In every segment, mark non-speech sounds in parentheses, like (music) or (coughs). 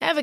Ever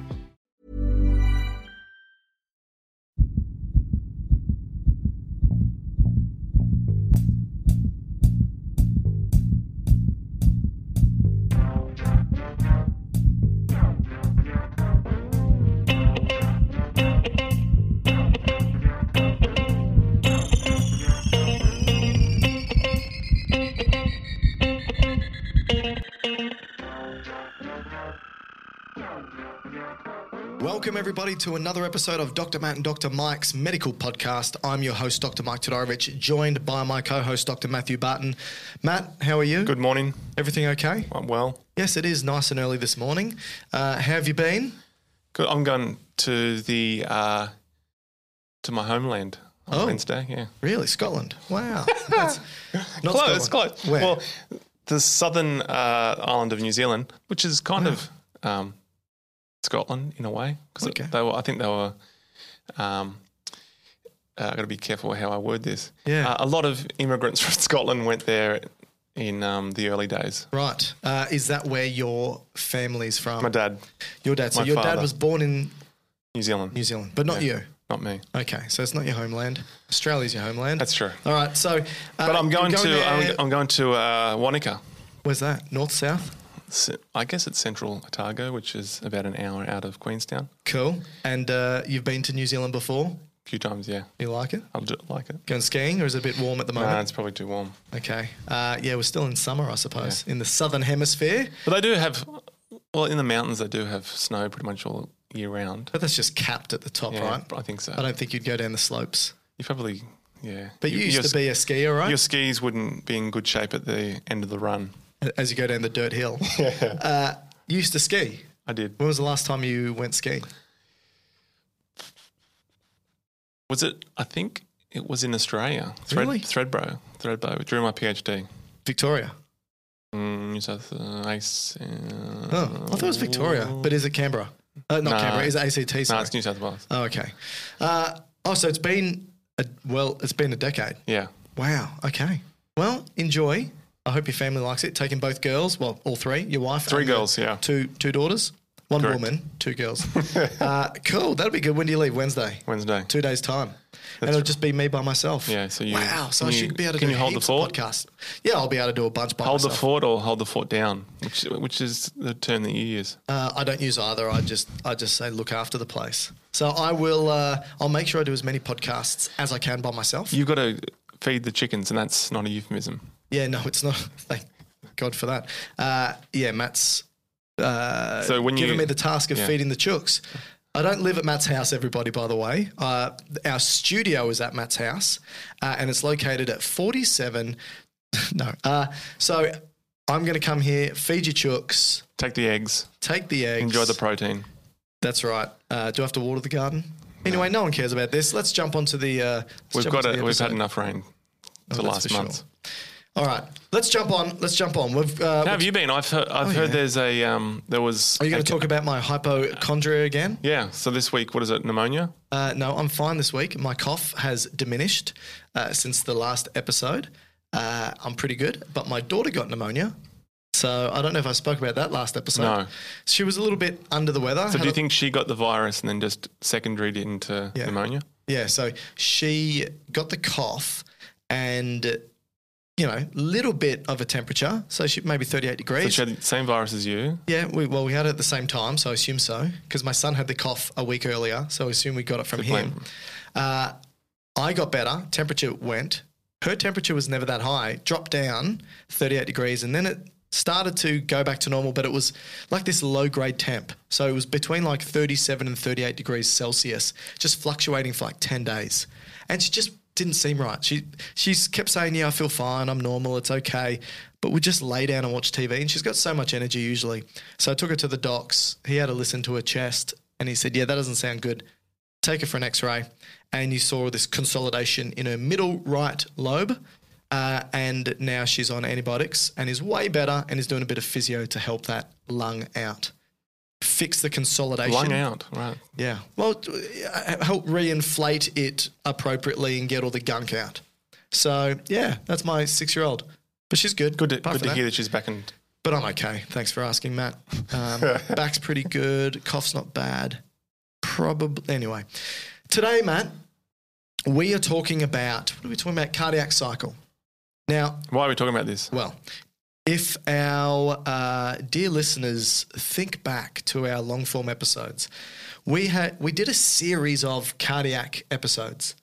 Welcome, everybody, to another episode of Dr. Matt and Dr. Mike's medical podcast. I'm your host, Dr. Mike Todorovich, joined by my co host, Dr. Matthew Barton. Matt, how are you? Good morning. Everything okay? I'm well. Yes, it is nice and early this morning. Uh, how have you been? Good. I'm going to the uh, to my homeland on Oh. Wednesday. Yeah, Really? Scotland? (laughs) Wow. That's not close. It's Scotland. close. Where? Well, the southern uh, island of New Zealand, which is kind of um, Scotland in a way, because Ah. Okay. they were. I think they were. Um, uh, I got to be careful how I word this. Yeah. Uh, a lot of immigrants (laughs) from Scotland went there in um, the early days. right. Uh, is that where your family's from? My dad, Your dad. So my your dad father. was born in New Zealand, New Zealand, but not you. not me. Okay, so it's not your homeland. Australia's your homeland. That's true. All right, so uh, But I'm you're going, to there- I'm, I'm going to uh, Wanaka. Where's that? North, south? Ce- I guess it's central Otago, which is about an hour out of Queenstown. Cool. And uh, you've been to New Zealand before? A few times, yeah. You like it? I'll do like it. Going skiing, or is it a bit warm at the No, moment? it's probably too warm. okay. Uh, yeah, we're still in summer, I suppose, in the southern hemisphere. But they do have, well, in the mountains, they do have snow pretty much all year round. But that's just capped at the top, Yeah, right? I think so. I don't think you'd go down the slopes. you probably, yeah. But you, used your, to be a skier, right? Your skis wouldn't be in good shape at the end of the run. As you go down the dirt (laughs) hill. Uh, you used to ski. I did. When was the last time you went skiing? Was it, I think it was in Australia. Thread, Really? Threadbow. Threadbow. During my PhD. Victoria. Mm, New South Wales. uh, Oh, I thought it was Victoria, but is it Canberra? Uh, not No. Canberra. Is it ACT? No, Sorry. it's New South Wales. oh, okay. Uh, oh, so it's been a, well, it's been a decade. Yeah. Wow. Okay. Well, enjoy. I hope your family likes it. Taking both girls, well, all three, your wife, Three and the girls, yeah. two two daughters, one Correct. woman, two (laughs) girls. uh, cool. That'll be good. When do you leave? Wednesday. Wednesday. Two days time, and it'll just be me by myself. Yeah, so you- wow. So I can you- should be able to can do you hold the heaps of fort? podcast. Yeah, I'll be able to do a bunch by Hold the myself. fort or hold the fort down, which which is the term that you use. Uh, I don't use either. I just I just say look after the place. So I will. Uh, I'll make sure I do as many podcasts as I can by myself. You've got to feed the chickens, and that's not a euphemism. yeah, no, it's not. (laughs) Thank God for that. Uh, yeah, Matt's uh, So when giving you- me the task of yeah. feeding the chooks. I don't live at Matt's house, everybody. By the way, uh, our studio is at Matt's house, uh, and it's located at forty-seven. (laughs) no, uh, so I'm going to come here, feed your chooks, Take the eggs, take the eggs, enjoy the protein. That's right. Uh, do I have to water the garden? Anyway, no one cares about this. Let's jump onto the. Uh, let's We've jump got onto the it. We've had episode. enough rain Oh, to that's last for month. sure. All right, let's jump on. Let's jump on. We've. Uh, How have you been? I've heard, I've heard Oh, yeah. there's a um, there was. are you going a- to talk about my hypochondria again? Yeah. So this week, what is it? Pneumonia. Uh, no, I'm fine this week. My cough has diminished uh, since the last episode. Uh, I'm pretty good, but my daughter got pneumonia. So I don't know if I spoke about that last episode. No. She was a little bit under the weather. So Had do you a- think she got the virus and then just secondaried it into Yeah. pneumonia? Yeah, so she got the cough and, you know, little bit of a temperature. So she maybe 38 So degrees. she had the same virus as you. yeah, we, well, we had it at the same time, so I assume so. Because my son had the cough a week earlier, so I assume we got it from blame him. Uh, I got better. Temperature went. Her temperature was never that high. Dropped down 38 degrees, and then it started to go back to normal, but it was like this low grade temp. So it was between like 37 and 38 degrees Celsius, just fluctuating for like 10 days. And she just didn't seem right. She she's kept saying, "Yeah, I feel fine. I'm normal. It's okay." But we just lay down and watch TV, and she's got so much energy usually. So I took her to the docs. He had a listen to her chest, and he said, "Yeah, that doesn't sound good take her for an x-ray and you saw this consolidation in her middle right lobe uh, and now she's on antibiotics and is way better and is doing a bit of physio to help that lung out fix the consolidation Lung out. Right. yeah well t- uh, help reinflate it appropriately and get all the gunk out so yeah that's my six year old but she's good Good. To, Apart good from to that- hear that she's back in. but I'm okay. Thanks for asking, Matt. Um, back's pretty good. Cough's not bad. Probably. Anyway, today, Matt, we are talking about what are we talking about? Cardiac cycle. Now, Why are we talking about this? well, if our uh, dear listeners think back to our long form episodes, we had we did a series of cardiac episodes,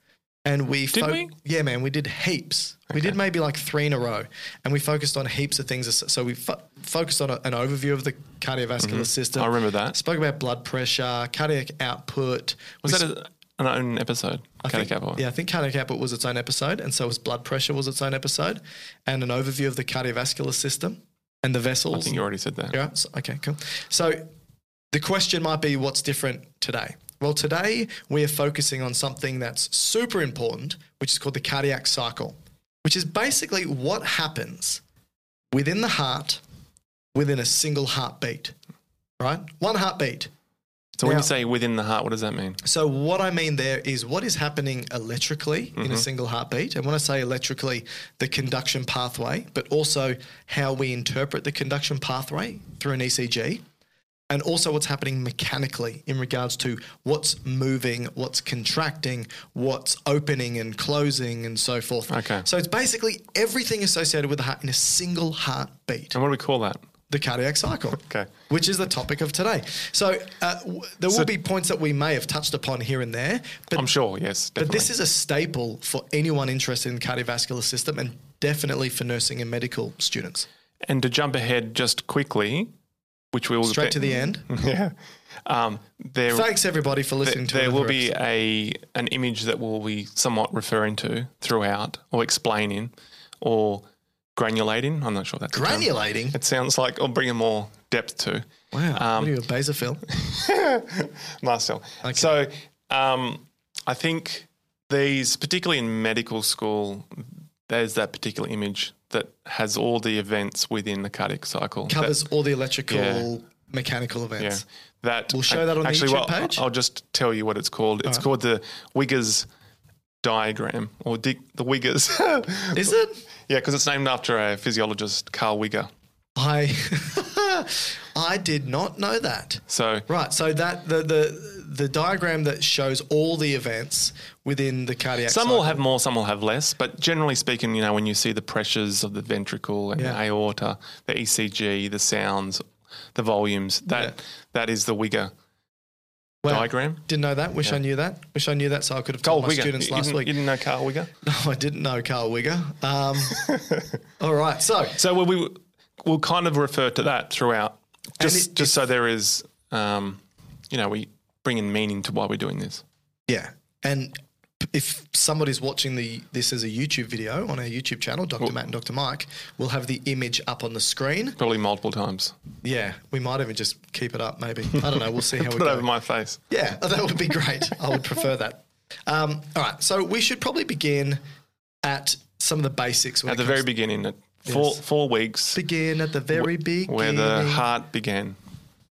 and we Did we? yeah man we did heaps. We did maybe like three in a row, and we focused on heaps of things. So we fo- focused on a, an overview of the cardiovascular system. Mm-hmm. I remember that. Spoke about blood pressure, cardiac output. Was We that a, an own episode? I Caddy think- Yeah, I think cardiac output was its own episode, and so was blood pressure was its own episode, and an overview of the cardiovascular system and the vessels. I think you already said that. Yeah. so- okay. Cool. So the question might be, what's different today? Well, today we are focusing on something that's super important, which is called the cardiac cycle, which is basically what happens within the heart within a single heartbeat. Right? One heartbeat. So when Now- you say within the heart, what does that mean? So what I mean there is what is happening electrically in a single heartbeat, and when I say electrically, the conduction pathway, but also how we interpret the conduction pathway through an ECG, and also what's happening mechanically in regards to what's moving, what's contracting, what's opening and closing, and so forth. Okay. So it's basically everything associated with the heart in a single heartbeat, And what do we call that? the cardiac cycle (laughs) Okay. which is the topic of today. So uh, w- there will be points that we may have touched upon here and there, but I'm sure. Yes. but Definitely. this is a staple for anyone interested in cardiovascular system and definitely for nursing and medical students. and to jump ahead just quickly, which we will Straight to the end. (laughs) yeah. Um, there. Thanks everybody for Th- listening to there will another be episode. a an image that we'll be somewhat referring to throughout, or explaining, or granulating. I'm not sure that's the term. granulating. (laughs) It sounds like, or bringing more depth to. Wow, Um, what are you a (laughs) basophil? Marcel. So um, I think these, particularly in medical school, there's that particular image that has all the events within the cardiac cycle. that- Covers all the electrical, mechanical yeah. events. That We'll show that on the actually, YouTube well, page. I'll just tell you what it's called. It's called the Wiggers diagram or di- the Wiggers. (laughs) yeah, Is it? because it's named after a physiologist, Carl Wigger. I (laughs) I did not know that. So Right, so that the the the diagram that shows all the events within the cardiac Some cycle. will have more, some will have less, but generally speaking, you know, when you see the pressures of the ventricle and Yeah. the aorta, the ECG, the sounds, the volumes, that Yeah. that is the Wigger Wow. diagram. Didn't know that. Wish I knew that. Wish I knew that so I could have told Carl my Wigger. students you, last didn't, week. you didn't know Carl Wigger? No, (laughs) I didn't know Carl Wigger. Um, (laughs) all right. So, So we, we will kind of refer to that throughout, just it- just so there is, um, you know, we bring in meaning to why we're doing this. yeah. And if somebody's watching the this as a YouTube video on our YouTube channel, Dr. Oh. Matt and Dr. Mike, we'll have the image up on the screen. Probably multiple times. Yeah. We might even just keep it up, maybe. I don't know. We'll see (laughs) how we Put it over go. my face. Yeah. (laughs) That would be great. I would prefer that. Um, all right. So, we should probably begin at some of the basics. when At it the comes very to- beginning, at four, Yes. four weeks, Begin at the very beginning. where the heart began.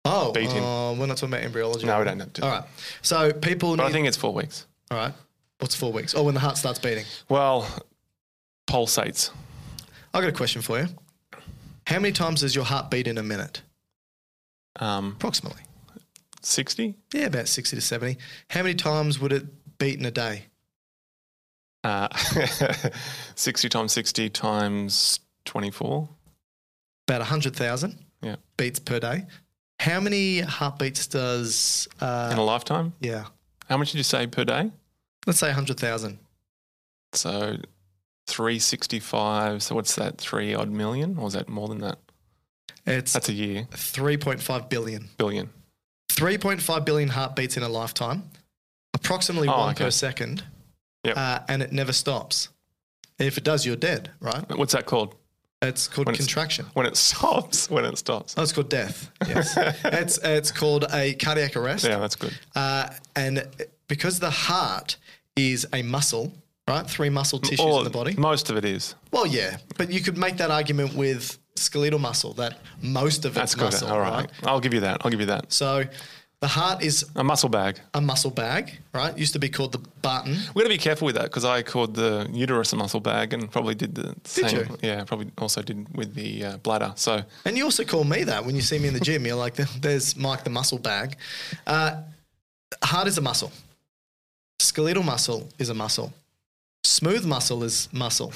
oh, beat him. oh, we're not talking about embryology. No, we don't have to. All right. So people But need. I think it's four weeks. all right. What's four weeks? Oh, when the heart starts beating. Well, pulsates. I got a question for you. How many times does your heart beat in a minute? Um, Approximately. 60? Yeah, about 60 to 70. How many times would it beat in a day? Uh, (laughs) 60 times 60 times 24. About 100,000 Yeah. beats per day. How many heartbeats does. Uh, In a lifetime. yeah. How much did you say per day? Let's say 100,000. So 365. So what's that? Three odd million? Or is that more than that? It's That's a year. 3.5 billion. Billion. 3.5 billion heartbeats in a lifetime, approximately Oh, one okay. per second. Yep. Uh, and it never stops. If it does, you're dead, right? What's that called? It's called When it's- contraction. When it (laughs) stops. When it stops. Oh, it's called (laughs) death. Yes. it's, it's called a cardiac arrest. Yeah, that's good. Uh, and because the heart is a muscle, right? Three muscle tissues Or in the body. Most of it is. Well, yeah, but you could make that argument with skeletal muscle that most of That's it's good. muscle, All right. right? I'll give you that. I'll give you that. So the heart is A muscle bag. a muscle bag, right? Used to be called the Barton. We've got to be careful with that because I called the uterus a muscle bag and probably did the same. you? Yeah, probably also did with the uh, bladder. So And you also call me that when you see me in the gym. You're like, (laughs) there's Mike the muscle bag. Uh, heart is a muscle. Skeletal muscle is a muscle. Smooth muscle is muscle,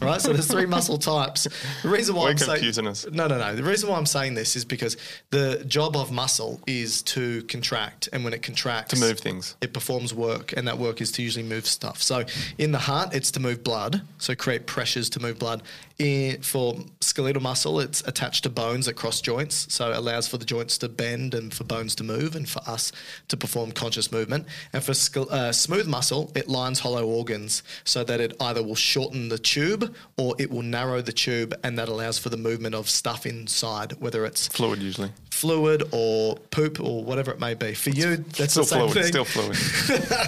right? So there's (laughs) three muscle types. The reason why We're I'm confusing saying, us. No, no, no. The reason why I'm saying this is because the job of muscle is to contract, and when it contracts, to move things. it performs work, and that work is to usually move stuff. So in the heart, it's to move blood, so create pressures to move blood. In, for skeletal muscle, it's attached to bones at cross joints, so it allows for the joints to bend and for bones to move, and for us to perform conscious movement. And for ske- uh, smooth muscle, it lines hollow organs, so that it either will shorten the tube or it will narrow the tube, and that allows for the movement of stuff inside, whether it's Fluid usually. fluid or poop or whatever it may be. For you, that's still the same fluid. thing. Still fluid. (laughs)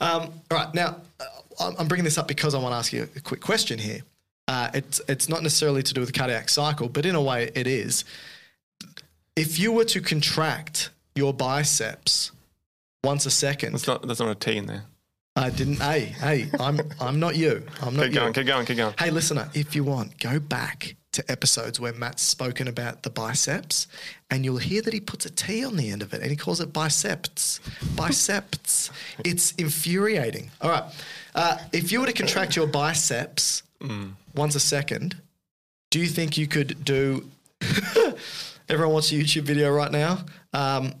Um, all right, now uh, I'm- I'm bringing this up because I want to ask you a quick question here. Uh, it's it's not necessarily to do with the cardiac cycle, but in a way it is. If you were to contract your biceps once a second, That's not. That's not a T in there. I didn't. Hey, hey, I'm I'm not you. I'm not Keep you. going. Keep going. Keep going. Hey, listener, if you want, go back to episodes where Matt's spoken about the biceps, and you'll hear that he puts a T on the end of it and he calls it biceps. Biceps. it's infuriating. All right. Uh, if you were to contract your biceps once a second, do you think you could do. (laughs) Everyone watch a YouTube video right now. Um,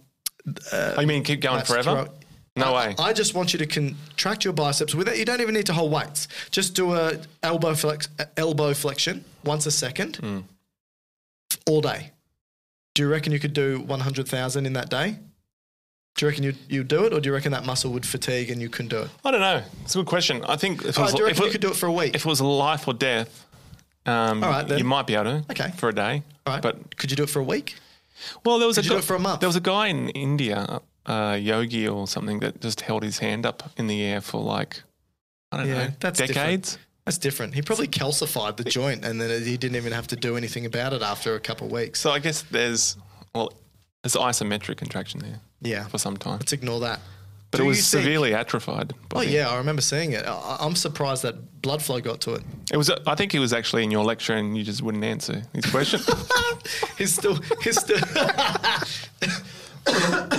oh, you mean keep going Matt's forever? throat- No I, way. I just want you to contract your biceps without. You don't even need to hold weights. Just do a elbow flex, a elbow flexion once a second, Hmm. all day. Do you reckon you could do one hundred thousand in that day? Do you reckon you you do it, or do you reckon that muscle would fatigue and you couldn't do it? I don't know. It's a good question. I think if it All right, was, Oh, do you if, reckon it, you could do it for a week? if it was life or death, um, All right, then. you might be able to. Okay. For a day. all right, But but could you do it for a week? well, there was Could a you guy, do it for a month? There was a guy in India, uh, yogi or something, that just held his hand up in the air for like I don't Yeah, know, that's different. decades. That's different. He probably calcified the joint, and then he didn't even have to do anything about it after a couple of weeks. So I guess there's well, there's isometric contraction there Yeah, for some time, let's ignore that. but Do it you was think- severely atrophied. by Oh the- yeah, I remember seeing it. I, I'm surprised that blood flow got to it. it was. I think he was actually in your lecture, and you just wouldn't answer his (laughs) question. He's still, he's still. (coughs)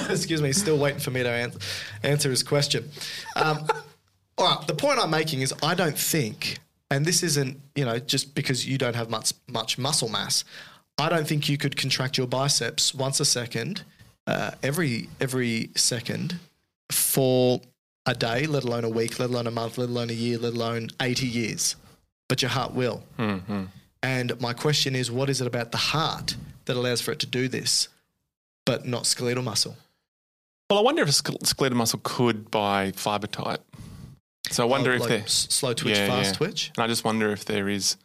excuse me, he's still waiting for me to answer, answer his question. Um, all right, the point I'm making is I don't think, and this isn't, you know, just because you don't have much much muscle mass, I don't think you could contract your biceps once a second, uh, every every second, for a day, let alone a week, let alone a month, let alone a year, let alone 80 years. But your heart will. Mm-hmm. And my question is, what is it about the heart that allows for it to do this, but not skeletal muscle? well, I wonder if a sk- skeletal muscle could by fiber type. So I wonder Oh, if like there. s- slow twitch, Yeah, fast yeah. twitch. And I just wonder if there is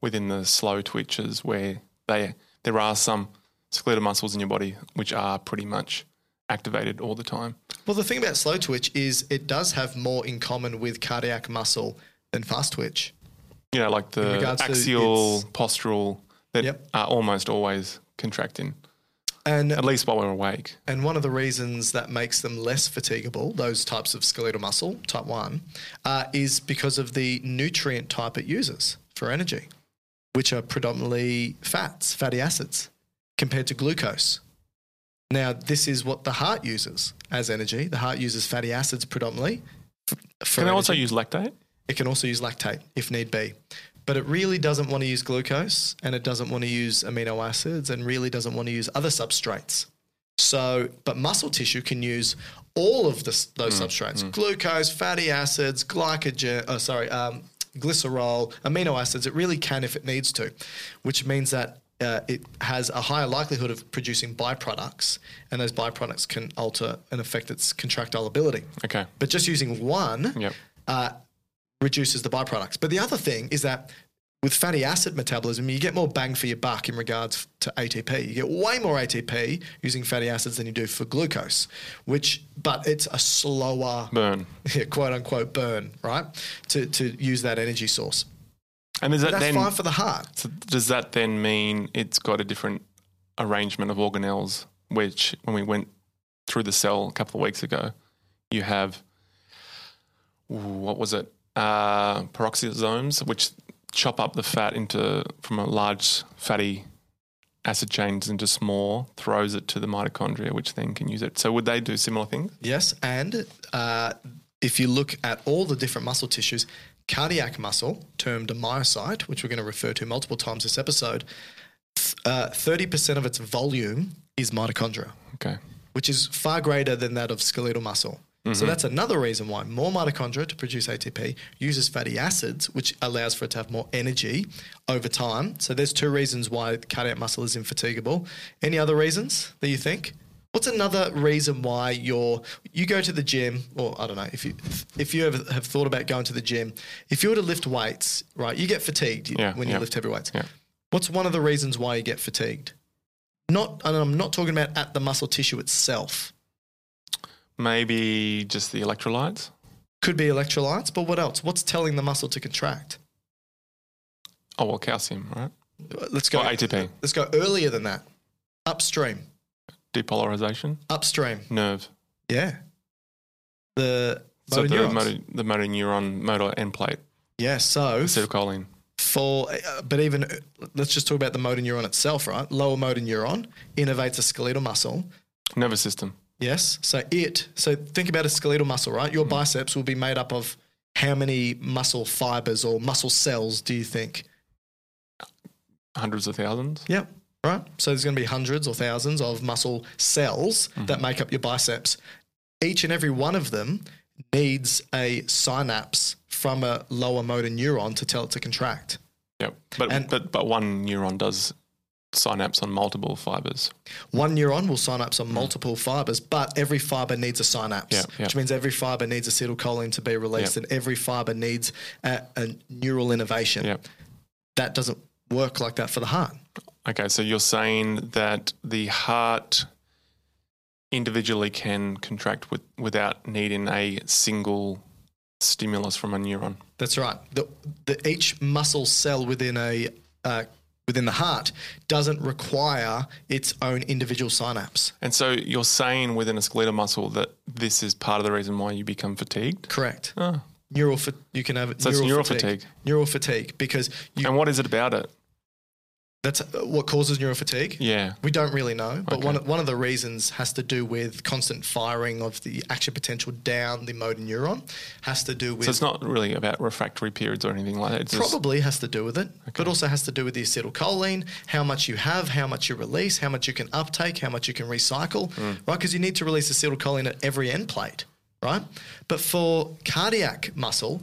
within the slow twitches where they there are some skeletal muscles in your body which are pretty much activated all the time. Well, the thing about slow twitch is it does have more in common with cardiac muscle than fast twitch. you know, like In the regards to axial, its- postural that Yep. are almost always contracting, And at least while we're awake. And one of the reasons that makes them less fatigable, those types of skeletal muscle, type 1, uh, is because of the nutrient type it uses for energy, which are predominantly fats, fatty acids, compared to glucose. Now, this is what the heart uses as energy. The heart uses fatty acids predominantly. f- for Can I also energy. use lactate? It can also use lactate if need be. But it really doesn't want to use glucose and it doesn't want to use amino acids and really doesn't want to use other substrates. So, but muscle tissue can use all of this, those substrates glucose, fatty acids, glycogen, oh, sorry, um, glycerol, amino acids. It really can if it needs to, which means that uh, it has a higher likelihood of producing byproducts, and those byproducts can alter and affect its contractile ability. Okay. But just using one Yep. uh, reduces the byproducts. But the other thing is that with fatty acid metabolism, you get more bang for your buck in regards to ATP. You get way more ATP using fatty acids than you do for glucose, which, but it's a slower, (laughs) Burn. yeah, quote unquote, burn, right? To, to use that energy source. And is that That's then fine for the heart. so does that then mean it's got a different arrangement of organelles, which when we went through the cell a couple of weeks ago, you have ooh, what was it? Uh, peroxisomes, which chop up the fat into from a large fatty acid chains into small, throws it to the mitochondria, which then can use it. So would they do similar things? Yes, and uh, if you look at all the different muscle tissues, cardiac muscle, termed a myocyte, which we're going to refer to multiple times this episode, uh, thirty percent of its volume is mitochondria, Okay. which is far greater than that of skeletal muscle. Mm-hmm. So that's another reason why more mitochondria to produce ATP uses fatty acids, which allows for it to have more energy over time. So there's two reasons why cardiac muscle is infatigable. Any other reasons that you think? What's another reason why you're you go to the gym, or I don't know if you if you ever have thought about going to the gym, if you were to lift weights, right, you get fatigued Yeah, when you yeah. lift heavy weights. Yeah. What's one of the reasons why you get fatigued? Not, and I'm not talking about at the muscle tissue itself. Maybe just the electrolytes. Could be electrolytes, but what else? What's telling the muscle to contract? Oh well, calcium, right? Let's go Or ATP. Let's go earlier than that. Upstream, Depolarization, upstream. nerve. Yeah. The So motor the neurons. motor, the motor neuron motor end plate, yeah. So acetylcholine. for, uh, but even uh, let's just talk about the motor neuron itself, right? Lower motor neuron innervates a skeletal muscle. Nervous system. Yes. So it. So think about a skeletal muscle, right? Hmm. Your biceps will be made up of how many muscle fibers or muscle cells do you think? Hundreds of thousands. Yep. Right. So there's going to be hundreds or thousands of muscle cells that make up your biceps. Each and every one of them needs a synapse from a lower motor neuron to tell it to contract. Yep. But And- but but one neuron does synapse on multiple fibers. One neuron will synapse on multiple fibers, but every fiber needs a synapse, Yeah, yeah. which means every fiber needs acetylcholine to be released, Yeah. and every fiber needs a, a neural innovation. Yep. That doesn't work like that for the heart. Okay. So you're saying that the heart individually can contract with, without needing a single stimulus from a neuron. That's right. The, the, each muscle cell within a uh, within the heart doesn't require its own individual synapse. And so you're saying within a skeletal muscle that this is part of the reason why you become fatigued. Correct. Oh. Neural fa- you can have So it's neural fatigue. Neural fatigue because you, And what is it about it? that's uh, what causes neural fatigue. Yeah. We don't really know, but Okay. one, one of the reasons has to do with constant firing of the action potential down the motor neuron, has to do with So it's not really about refractory periods or anything like that. It's just- Probably has to do with it, but also has to do with the acetylcholine, how much you have, how much you release, how much you can uptake, how much you can recycle, right? Because you need to release acetylcholine at every end plate, right? But for cardiac muscle,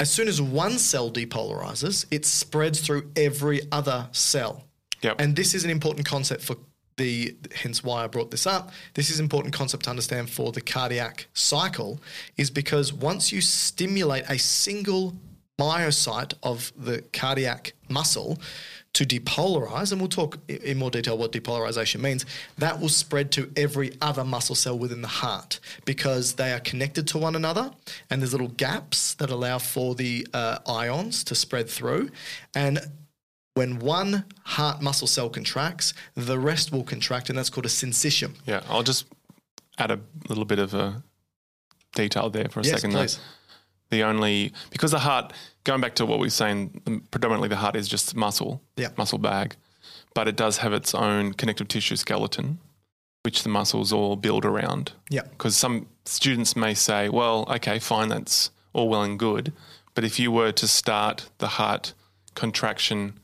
as soon as one cell depolarizes, it spreads through every other cell. Yep. And this is an important concept for the, hence why I brought this up. This is an important concept to understand for the cardiac cycle, is because once you stimulate a single myocyte of the cardiac muscle, to depolarize, and we'll talk i- in more detail what depolarization means, that will spread to every other muscle cell within the heart because they are connected to one another and there's little gaps that allow for the uh, ions to spread through. And when one heart muscle cell contracts, the rest will contract, and that's called a syncytium. Yeah, I'll just add a little bit of a detail there for a Yes, second. though. please. The only because the heart, going back to what we were saying, the- predominantly the heart is just muscle, Yeah. muscle bag, but it does have its own connective tissue skeleton, which the muscles all build around. Yeah. Because some students may say, well, okay, fine, that's all well and good. But if you were to start the heart contraction,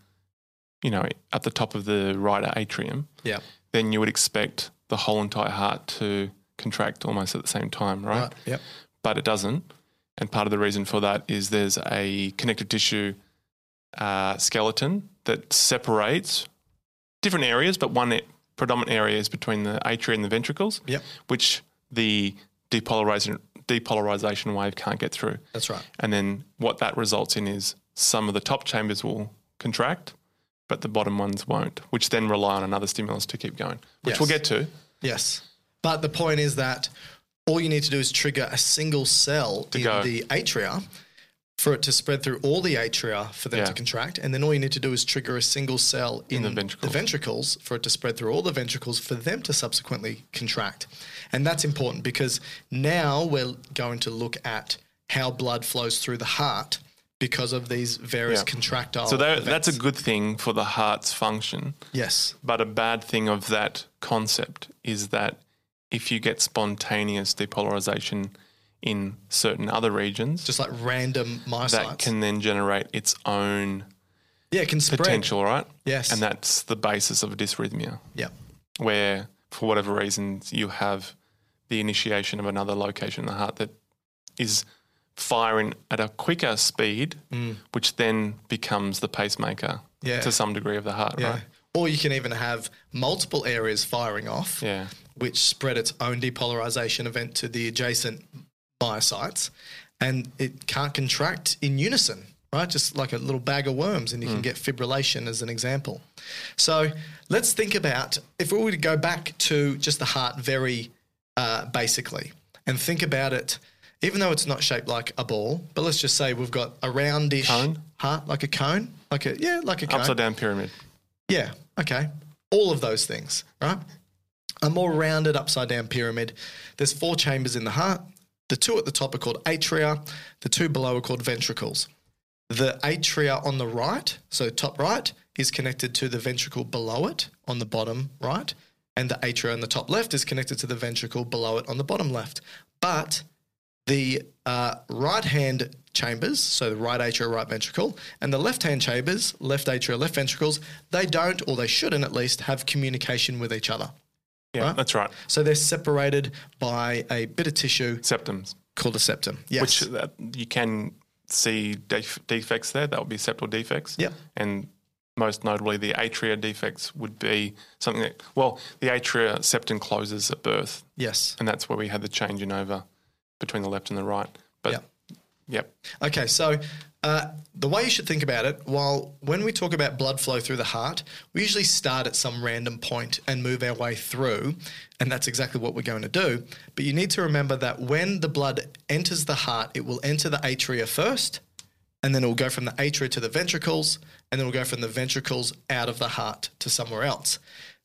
you know, at the top of the right atrium, Yeah. then you would expect the whole entire heart to contract almost at the same time, right? Yep. But it doesn't. And part of the reason for that is there's a connective tissue uh, skeleton that separates different areas, but one e-, predominant area is between the atria and the ventricles, Yep. which the depolarization, depolarization wave can't get through. That's right. And then what that results in is some of the top chambers will contract, but the bottom ones won't, which then rely on another stimulus to keep going, which Yes. we'll get to. Yes. But the point is that all you need to do is trigger a single cell in go. the atria for it to spread through all the atria for them Yeah. to contract. And then all you need to do is trigger a single cell in, the ventricles. ventricles for it to spread through all the ventricles for them to subsequently contract. And that's important because now we're going to look at how blood flows through the heart because of these various Yeah. contractile. so that, events. that's a good thing for the heart's function. yes. But a bad thing of that concept is that if you get spontaneous depolarization in certain other regions, Just like random myocytes. that can then generate its own yeah, it can spread. potential, right? Yes. And that's the basis of dysrhythmia. Yeah. where for whatever reasons you have the initiation of another location in the heart that is firing at a quicker speed, which then becomes the pacemaker Mm. Yeah. to some degree of the heart, Yeah. right? Or you can even have multiple areas firing off, Yeah. which spread its own depolarization event to the adjacent myocytes, and it can't contract in unison, right? Just like a little bag of worms, and you Hmm. can get fibrillation as an example. So let's think about if we were to go back to just the heart very uh, basically and think about it. Even though it's not shaped like a ball, but let's just say we've got a roundish Cone? heart, like a cone, like a yeah, like a cone. Upside down pyramid. Yeah. Okay. All of those things, right? A more rounded upside down pyramid. There's four chambers in the heart. The two at the top are called atria. The two below are called ventricles. The atria on the right, so top right, is connected to the ventricle below it on the bottom right. And the atria on the top left is connected to the ventricle below it on the bottom left. But the uh, right hand chambers, so the right atria, right ventricle, and the left hand chambers, left atria, left ventricles, they don't, or they shouldn't at least, have communication with each other. Yeah, Right. that's right. So they're separated by a bit of tissue Septums, called a septum. Yes. which that you can see def- defects there. That would be septal defects. Yep. And most notably, the atria defects would be something that, well, the atria septum closes at birth. yes. and that's where we had the changing over between the left and the right. But Yep. yep, Okay, so uh, the way you should think about it, while when we talk about blood flow through the heart, we usually start at some random point and move our way through, and that's exactly what we're going to do. But you need to remember that when the blood enters the heart, it will enter the atria first, and then it will go from the atria to the ventricles, and then it will go from the ventricles out of the heart to somewhere else.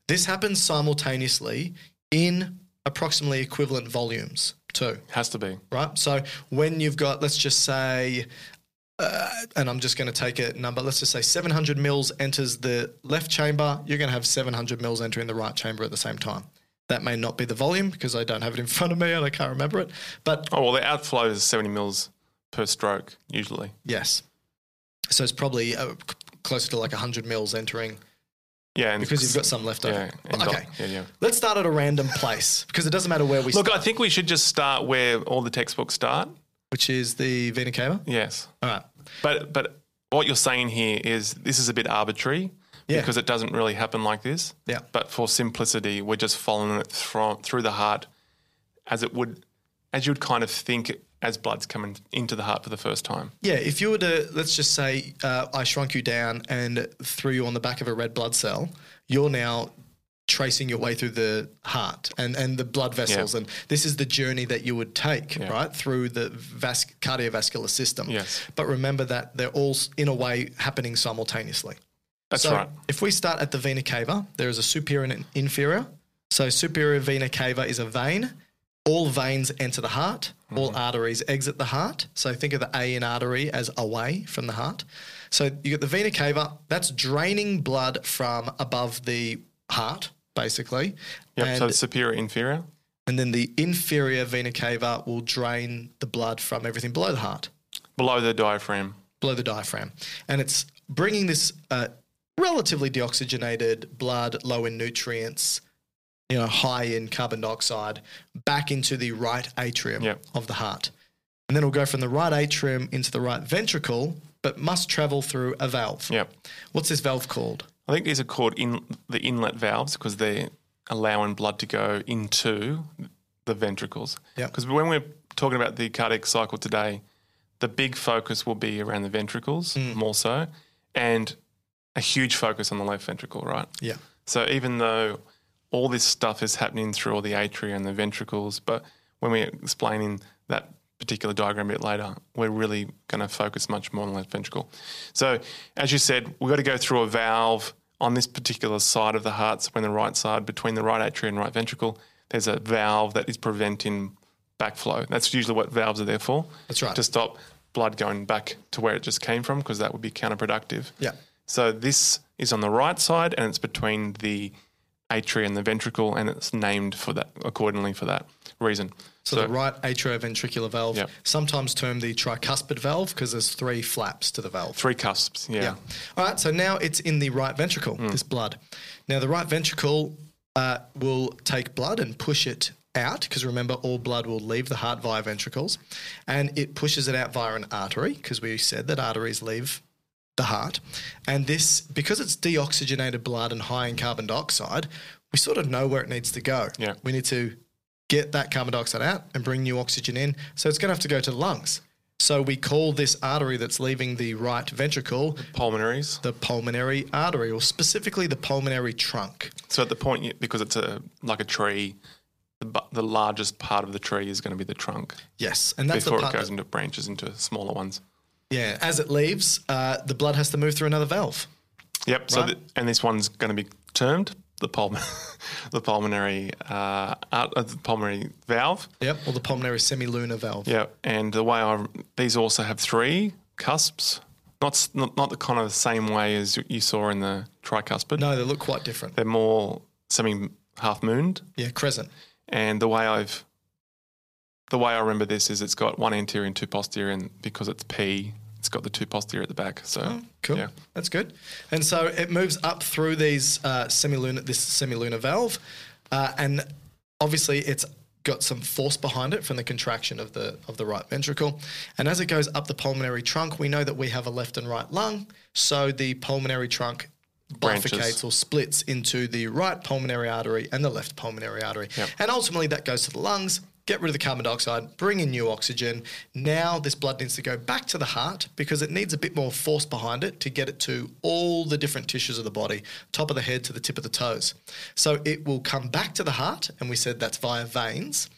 This happens simultaneously in approximately equivalent volumes, too has to be. right? So when you've got, let's just say, uh, and I'm just going to take a number, let's just say 700 mils enters the left chamber, you're going to have 700 mils entering the right chamber at the same time. That may not be the volume because I don't have it in (laughs) front of me and I can't remember it, but Oh well, the outflow is seventy mils per stroke usually. yes. So it's probably uh, c- closer to like 100 mils entering Yeah, and because you've got some left over. yeah, But and got- okay. yeah, yeah. Let's start at a random place because it doesn't matter where we Look, start, I think we should just start where all the textbooks start. which is the vena cava. Yes, All right. but but what you're saying here is this is a bit arbitrary Yeah. because it doesn't really happen like this. Yeah. But for simplicity, we're just following it thro- through the heart as it would as you'd kind of think as blood's coming into the heart for the first time. Yeah, if you were to, let's just say, uh, I shrunk you down and threw you on the back of a red blood cell, you're now tracing your way through the heart and, and the blood vessels. Yeah. And this is the journey that you would take, Yeah. right, through the vas- cardiovascular system. Yes. But remember that they're all, s- in a way, happening simultaneously. That's so right. If we start at the vena cava, there is a superior and an inferior. So superior vena cava is a vein. All veins enter the heart. Mm-hmm. All arteries exit the heart. So think of the A in artery as away from the heart. So you get the vena cava. That's draining blood from above the heart, basically. Yep. and, So superior, inferior. and then the inferior vena cava will drain the blood from everything below the heart Below the diaphragm. below the diaphragm. And it's bringing this uh, relatively deoxygenated blood, low in nutrients, you know, high in carbon dioxide, back into the right atrium Yep. of the heart. And then it'll go from the right atrium into the right ventricle, but must travel through a valve. Yep. What's this valve called? I think these are called in the inlet valves because they're allowing blood to go into the ventricles. Yep. Because when we're talking about the cardiac cycle today, the big focus will be around the ventricles Mm. more so, and a huge focus on the left ventricle, right? Yeah. So even though all this stuff is happening through all the atria and the ventricles, but when we're explaining that particular diagram a bit later, we're really going to focus much more on the left ventricle. So as you said, we've got to go through a valve on this particular side of the heart, so when the right side between the right atria and right ventricle, there's a valve that is preventing backflow. That's usually what valves are there for. That's right. To stop blood going back to where it just came from, because that would be counterproductive. Yeah. So this is on the right side, and it's between the atria and the ventricle, and it's named for that accordingly for that reason. So, the right atrioventricular valve, Yep. sometimes termed the tricuspid valve because there's three flaps to the valve. three cusps. Yeah. Mm. Yeah. All right. So now it's in the right ventricle, this blood. Now, the right ventricle uh, will take blood and push it out because remember, all blood will leave the heart via ventricles and it pushes it out via an artery because we said that arteries leave the heart. And this, because it's deoxygenated blood and high in carbon dioxide, we sort of know where it needs to go. Yeah. We need to get that carbon dioxide out and bring new oxygen in. So it's going to have to go to the lungs. So we call this artery that's leaving the right ventricle Pulmonaries. the pulmonary artery, or specifically the pulmonary trunk. So at the point, you- because it's a like a tree, the, bu- the largest part of the tree is going to be the trunk Yes, and that's before the it part. goes that- into branches into smaller ones. yeah, as it leaves, uh, the blood has to move through another valve. Yep. So Right. th- and this one's going to be termed the pulmon, (laughs) the pulmonary, uh, out, uh, the pulmonary valve. Yep, or the pulmonary semilunar valve. Yeah, and the way I these also have three cusps, not s- not, not the kind of the same way as you- you saw in the tricuspid. No, they look quite different. they're more something half mooned. Yeah, crescent. And the way I've the way I remember this is it's got one anterior and two posterior, and because it's P, it's got the two posterior at the back. So Oh, Cool. Yeah. That's good. And so it moves up through these uh, semilunar, this semilunar valve, uh, and obviously it's got some force behind it from the contraction of the of the right ventricle. And as it goes up the pulmonary trunk, we know that we have a left and right lung, so the pulmonary trunk Branches. bifurcates or splits into the right pulmonary artery and the left pulmonary artery. And ultimately that goes to the lungs. Get rid of the carbon dioxide, bring in new oxygen. Now this blood needs to go back to the heart because it needs a bit more force behind it to get it to all the different tissues of the body, top of the head to the tip of the toes. So it will come back to the heart, and we said that's via veins,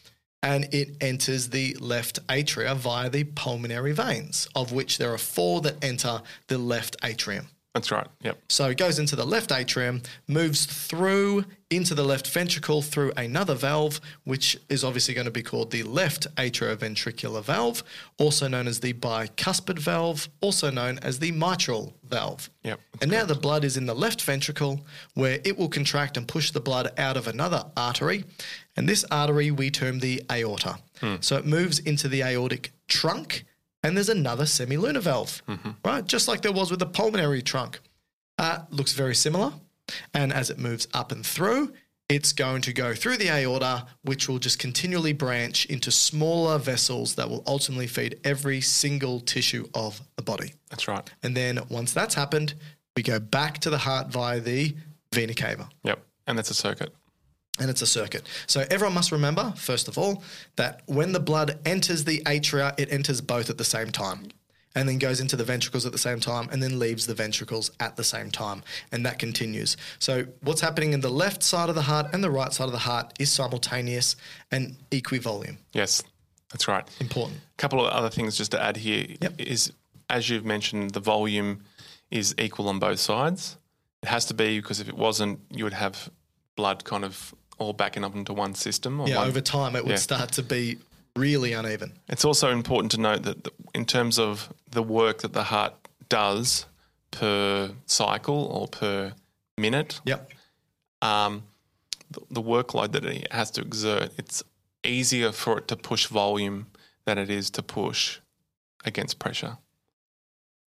and it enters the left atria via the pulmonary veins, of which there are four that enter the left atrium. That's right. Yep. So it goes into the left atrium, moves through into the left ventricle through another valve, which is obviously going to be called the left atrioventricular valve, also known as the bicuspid valve, also known as the mitral valve. Yep, And now the blood is in the left ventricle, where it will contract and push the blood out of another artery. And this artery we term the aorta. So it moves into the aortic trunk, and there's another semilunar valve, right? Just like there was with the pulmonary trunk. Uh, looks very similar. And as it moves up and through, it's going to go through the aorta, which will just continually branch into smaller vessels that will ultimately feed every single tissue of the body. That's right. And then once that's happened, we go back to the heart via the vena cava. Yep. And that's a circuit. and it's a circuit. So everyone must remember, first of all, that when the blood enters the atria, it enters both at the same time. And then goes into the ventricles at the same time, and then leaves the ventricles at the same time. And that continues. So, what's happening in the left side of the heart and the right side of the heart is simultaneous and equivolume. Yes, that's right. Important. A couple of other things just to add here is, Yep. as you've mentioned, the volume is equal on both sides. It has to be because if it wasn't, you would have blood kind of all backing up into one system. Or Yeah, one, over time, it would yeah. start to be really uneven. It's also important to note that th- in terms of the work that the heart does per cycle or per minute, Yep. um, the, the workload that it has to exert, it's easier for it to push volume than it is to push against pressure.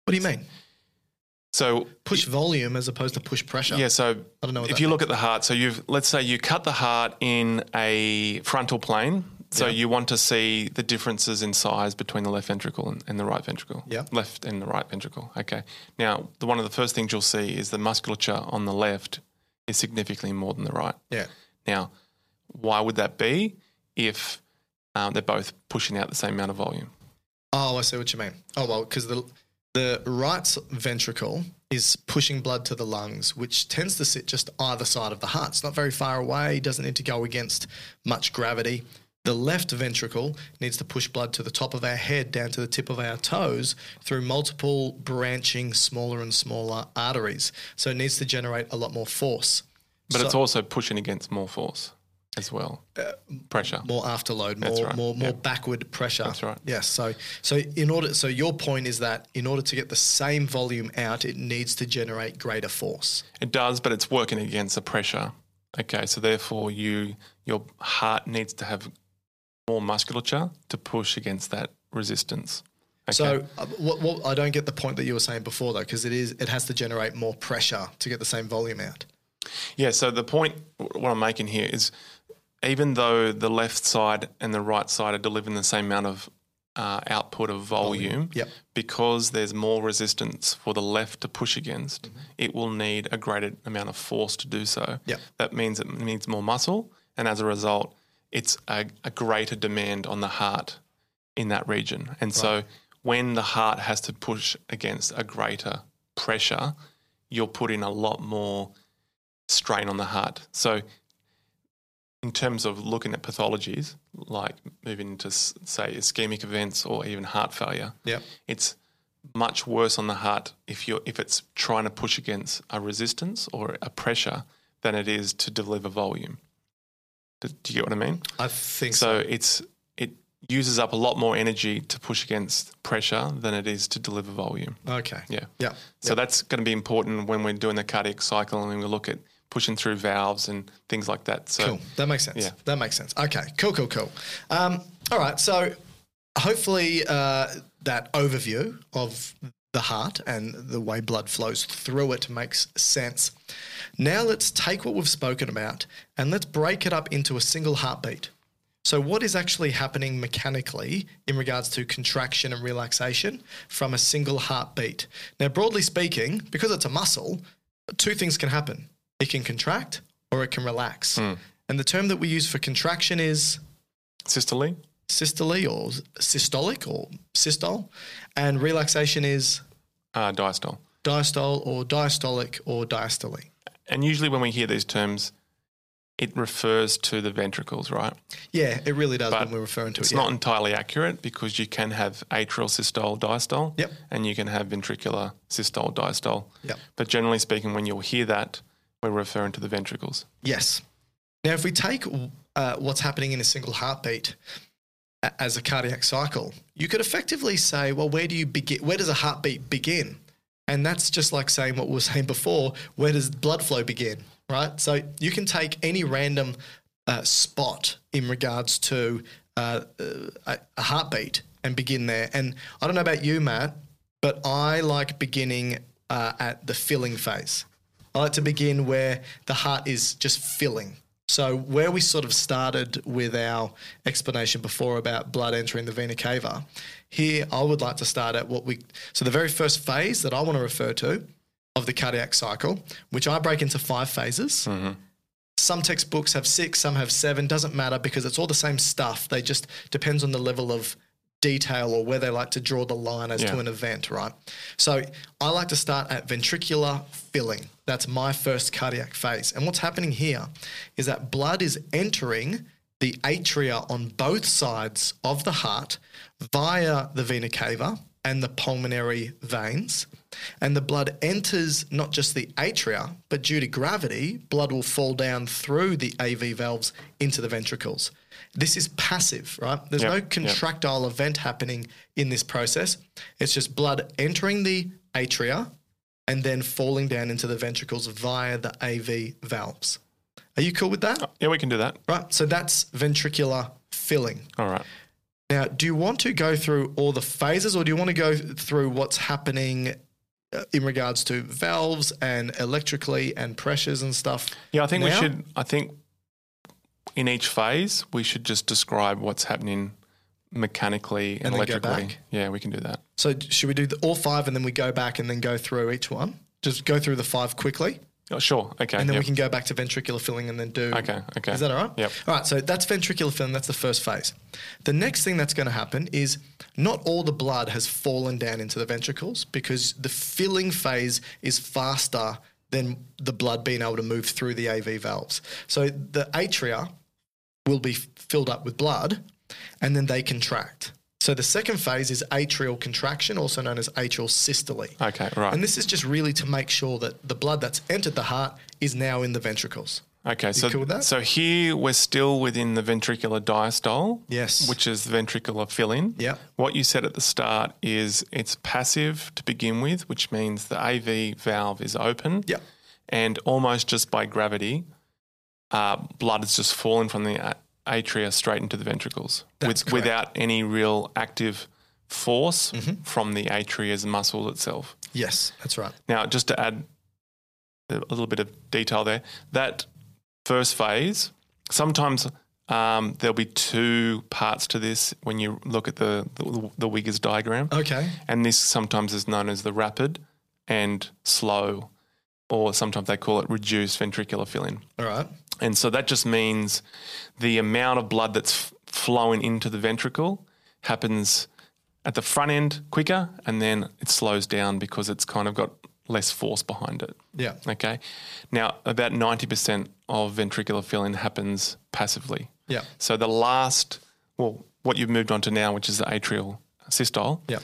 What do you mean? So Push volume as opposed to push pressure. Yeah, so I don't know what if that you look at the heart, so you've let's say you cut the heart in a frontal plane. So Yeah. you want to see the differences in size between the left ventricle and, and the right ventricle. Yeah. Left and the right ventricle. Okay. Now, the one of the first things you'll see is the musculature on the left is significantly more than the right. Yeah. Now, why would that be if um, they're both pushing out the same amount of volume? Oh, I see what you mean. Oh well, because the the right s- ventricle is pushing blood to the lungs, which tends to sit just either side of the heart. It's not very far away. Doesn't need to go against much gravity. The left ventricle needs to push blood to the top of our head, down to the tip of our toes, through multiple branching, smaller and smaller arteries. So it needs to generate a lot more force. But it's So- Uh, also pushing against more force as well. pressure. more afterload, That's more right, more more yeah. backward pressure. That's right. Yes. So so in order so your point is that in order to get the same volume out, it needs to generate greater force. It does, but it's working against the pressure. Okay, so therefore you your heart needs to have more musculature to push against that resistance. Okay. So uh, what, what I don't get the point that you were saying before though, because it is it has to generate more pressure to get the same volume out. yeah, so the point what I'm making here is even though the left side and the right side are delivering the same amount of uh, output of volume, Yep. because there's more resistance for the left to push against, Mm-hmm. it will need a greater amount of force to do so. Yep. That means it needs more muscle, and as a result, it's a, a greater demand on the heart in that region. And so, when the heart has to push against a greater pressure, you're putting a lot more strain on the heart. So, in terms of looking at pathologies, like moving into, s- say, ischemic events or even heart failure, Yep. it's much worse on the heart if you're if it's trying to push against a resistance or a pressure than it is to deliver volume. Do, do you get what I mean? I think so. So it's it uses up a lot more energy to push against pressure than it is to deliver volume. Okay. Yeah. Yeah. So that's going to be important when we're doing the cardiac cycle and when we look at pushing through valves and things like that. So cool. That makes sense. Yeah. That makes sense. Okay. Cool, cool, cool. Um, all right. So hopefully uh, that overview of the heart and the way blood flows through it makes sense. Now let's take what we've spoken about and let's break it up into a single heartbeat. So, what is actually happening mechanically in regards to contraction and relaxation from a single heartbeat? Now, broadly speaking, because it's a muscle, two things can happen it can contract or it can relax. Hmm. And the term that we use for contraction is systole, systole or systolic or systole, and relaxation is uh, diastole. diastole or diastolic or diastole. And usually when we hear these terms, it refers to the ventricles, right? Yeah, it really does But when we're referring to it. It's yeah. not entirely accurate because you can have atrial systole, diastole, Yep. and you can have ventricular systole, diastole. Yep. But generally speaking, when you'll hear that, we're referring to the ventricles. Yes. Now, if we take uh, what's happening in a single heartbeat a- as a cardiac cycle, you could effectively say, well, where do you begin? Where does a heartbeat begin? And that's just like saying what we were saying before. Where does blood flow begin? Right. So you can take any random uh, spot in regards to uh, uh, a a heartbeat and begin there. And I don't know about you, Matt, but I like beginning uh, at the filling phase. I like to begin where the heart is just filling. So where we sort of started with our explanation before about blood entering the vena cava, here I would like to start at what we so the very first phase that I want to refer to of the cardiac cycle, which I break into five phases. Some textbooks have six, some have seven, doesn't matter because it's all the same stuff. They just depends on the level of detail or where they like to draw the line as Yeah. to an event, right? So I like to start at ventricular filling. That's my first cardiac phase. And what's happening here is that blood is entering the atria on both sides of the heart via the vena cava and the pulmonary veins. And the blood enters not just the atria, but due to gravity, blood will fall down through the AV valves into the ventricles. This is passive, right? There's Yep, no yep. contractile event happening in this process. It's just blood entering the atria and then falling down into the ventricles via the AV valves. Are you cool with that? Yeah, we can do that. Right. So that's ventricular filling. All right. Now, do you want to go through all the phases or do you want to go through what's happening uh, in regards to valves and electrically and pressures and stuff? Yeah, I think we now? should. I think in each phase, we should just describe what's happening mechanically and, And then go electrically. back? Yeah, we can do that. So, should we do the, all five and then we go back and then go through each one? Just go through the five quickly Oh, sure. Okay. and then yep. we can go back to ventricular filling and then do Okay. Okay. Is that all right? Yep. All right. So that's ventricular filling. That's the first phase. The next thing that's going to happen is not all the blood has fallen down into the ventricles because the filling phase is faster than the blood being able to move through the AV valves. So the atria will be f- filled up with blood and then they contract. So the second phase is atrial contraction, also known as atrial systole. Okay. Right. And this is just really to make sure that the blood that's entered the heart is now in the ventricles. okay. So cool with that? so here we're still within the ventricular diastole. Yes. Which is the ventricular fill-in. Yep. What you said at the start is it's passive to begin with, which means the AV valve is open. Yep. and almost just by gravity, uh, blood is just falling from the a- atria straight into the ventricles That's correct. without any real active force Mm-hmm. from the atria's muscle itself. Yes, that's right. Now, just to add a little bit of detail there, that first phase, sometimes um, there'll be two parts to this when you look at the, the, the Wiggers diagram. Okay. And this sometimes is known as the rapid and slow, or sometimes they call it reduced ventricular filling. All right. And so that just means the amount of blood that's f- flowing into the ventricle happens at the front end quicker and then it slows down because it's kind of got less force behind it. Yeah. Okay. Now, about 90% of ventricular filling happens passively. Yeah. So the last, well, what you've moved on to now, which is the atrial systole, Yeah.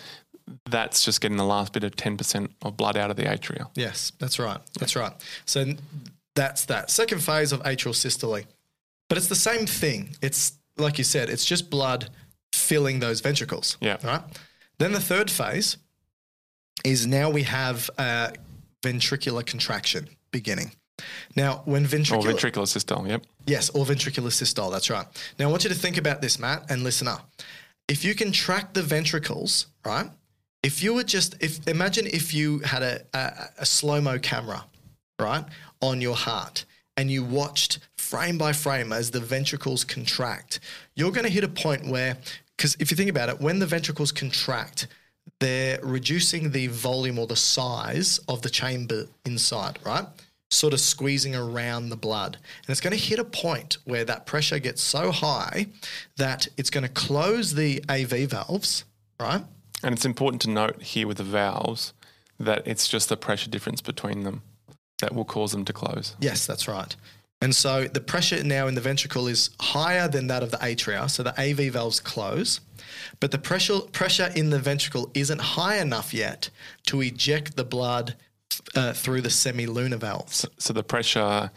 that's just getting the last bit of 10% of blood out of the atria. Yes, that's right. That's right. So n- that's that second phase of atrial systole. But it's the same thing. It's like you said, it's just blood filling those ventricles. Yeah. All right. Then the third phase is now we have uh, ventricular contraction beginning. Now, when Or ventricular, ventricular systole, yep. Yes, or ventricular systole. That's right. Now, I want you to think about this, Matt, and listen up. If you can track the ventricles, right? If you were just, if imagine if you had a, a, a slow mo camera, right, on your heart, and you watched frame by frame as the ventricles contract, you're going to hit a point where, because if you think about it, when the ventricles contract, they're reducing the volume or the size of the chamber inside, right? Sort of squeezing around the blood. And it's going to hit a point where that pressure gets so high that it's going to close the AV valves, right? And it's important to note here with the valves that it's just the pressure difference between them that will cause them to close. Yes, that's right. And so the pressure now in the ventricle is higher than that of the atria, so the AV valves close, but the pressure pressure in the ventricle isn't high enough yet to eject the blood uh, through the semilunar valves. So the pressure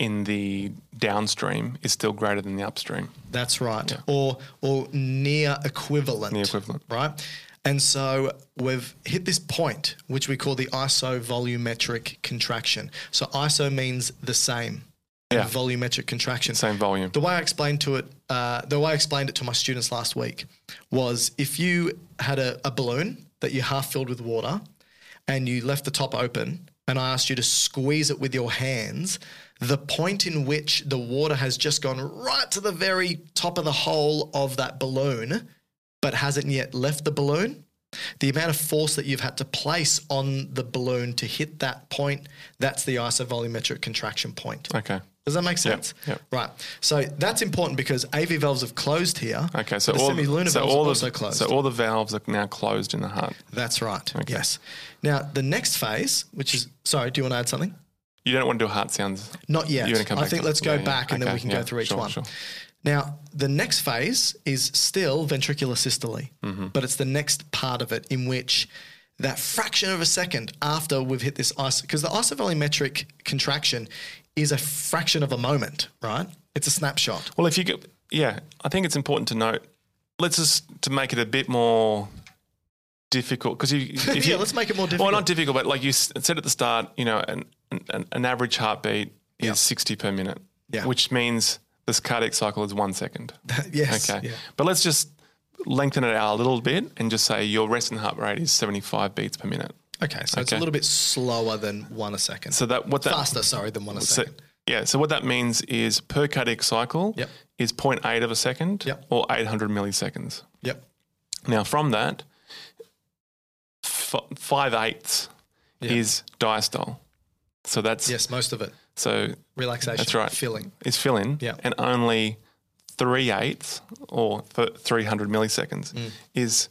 in the downstream is still greater than the upstream. That's right. Or or near equivalent. Near equivalent. Right? And so we've hit this point, which we call the isovolumetric contraction. So iso means the same. And Yeah. volumetric contraction. Same volume. The way I explained to it, uh, the way I explained it to my students last week was if you had a, a balloon that you half filled with water and you left the top open and I asked you to squeeze it with your hands, the point in which the water has just gone right to the very top of the hole of that balloon but hasn't yet left the balloon, the amount of force that you've had to place on the balloon to hit that point, that's the isovolumetric contraction point. Okay. Does that make sense? yep. Right. So that's important because AV valves have closed here. Okay, so but all, the semilunar so valves all are the also closed. so all the valves are now closed in the heart. that's right. Yes. Now the next phase, which is sorry, do you want to add something? You don't want to do heart sounds. Not yet. You want to come I back think to- let's go yeah, yeah. back and then Okay, we can yeah, go through each sure, one. sure. Now, the next phase is still ventricular systole, Mm-hmm. but it's the next part of it in which that fraction of a second after we've hit this ice, because the isovolumetric contraction is a fraction of a moment, right? It's a snapshot. (laughs) Well, if you go, yeah, I think it's important to note. Let's just to make it a bit more difficult because you, (laughs) if Yeah, you- let's make it more Well, difficult. not difficult, but like you s- said at the start, you know, an an, an average heartbeat Yeah. is sixty per minute, Yeah. which means this cardiac cycle is one second. yes. Okay, yeah. but let's just lengthen it out a little bit and just say your resting heart rate is seventy-five beats per minute. Okay. So it's a Okay. little bit slower than one a second. So that what that Faster, sorry, than one a So, second. yeah, so what that means is per cardiac cycle Yep. is 0.8 of a second Yep. or 800 milliseconds. Yep. Now, from that, f- five eighths Yep. is diastole. So that's Yes, most of it. so Relaxation. that's right. Filling. is fill in, Yeah. and only three eighths or th- 300 milliseconds Mm. is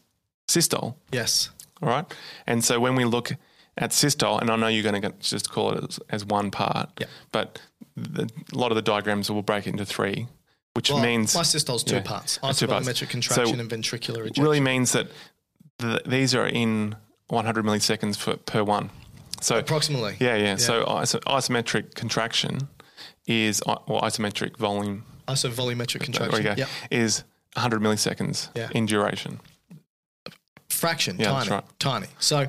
systole. Yes. All right. And so when we look at systole, and I know you're going to just call it as, as one part, Yeah. but the, a lot of the diagrams will break it into three, which Well, means my systole's two yeah, parts uh, two parts. isovolumetric contraction So and ventricular it ejection. really means that th- these are in 100 milliseconds for, per one. So Approximately. Yeah, yeah. So iso- isometric contraction is, i- or isometric volume, Isovolumetric there we contraction. go, Yep. is 100 milliseconds Yeah. in duration. fraction, Yeah, tiny, that's right. tiny. So,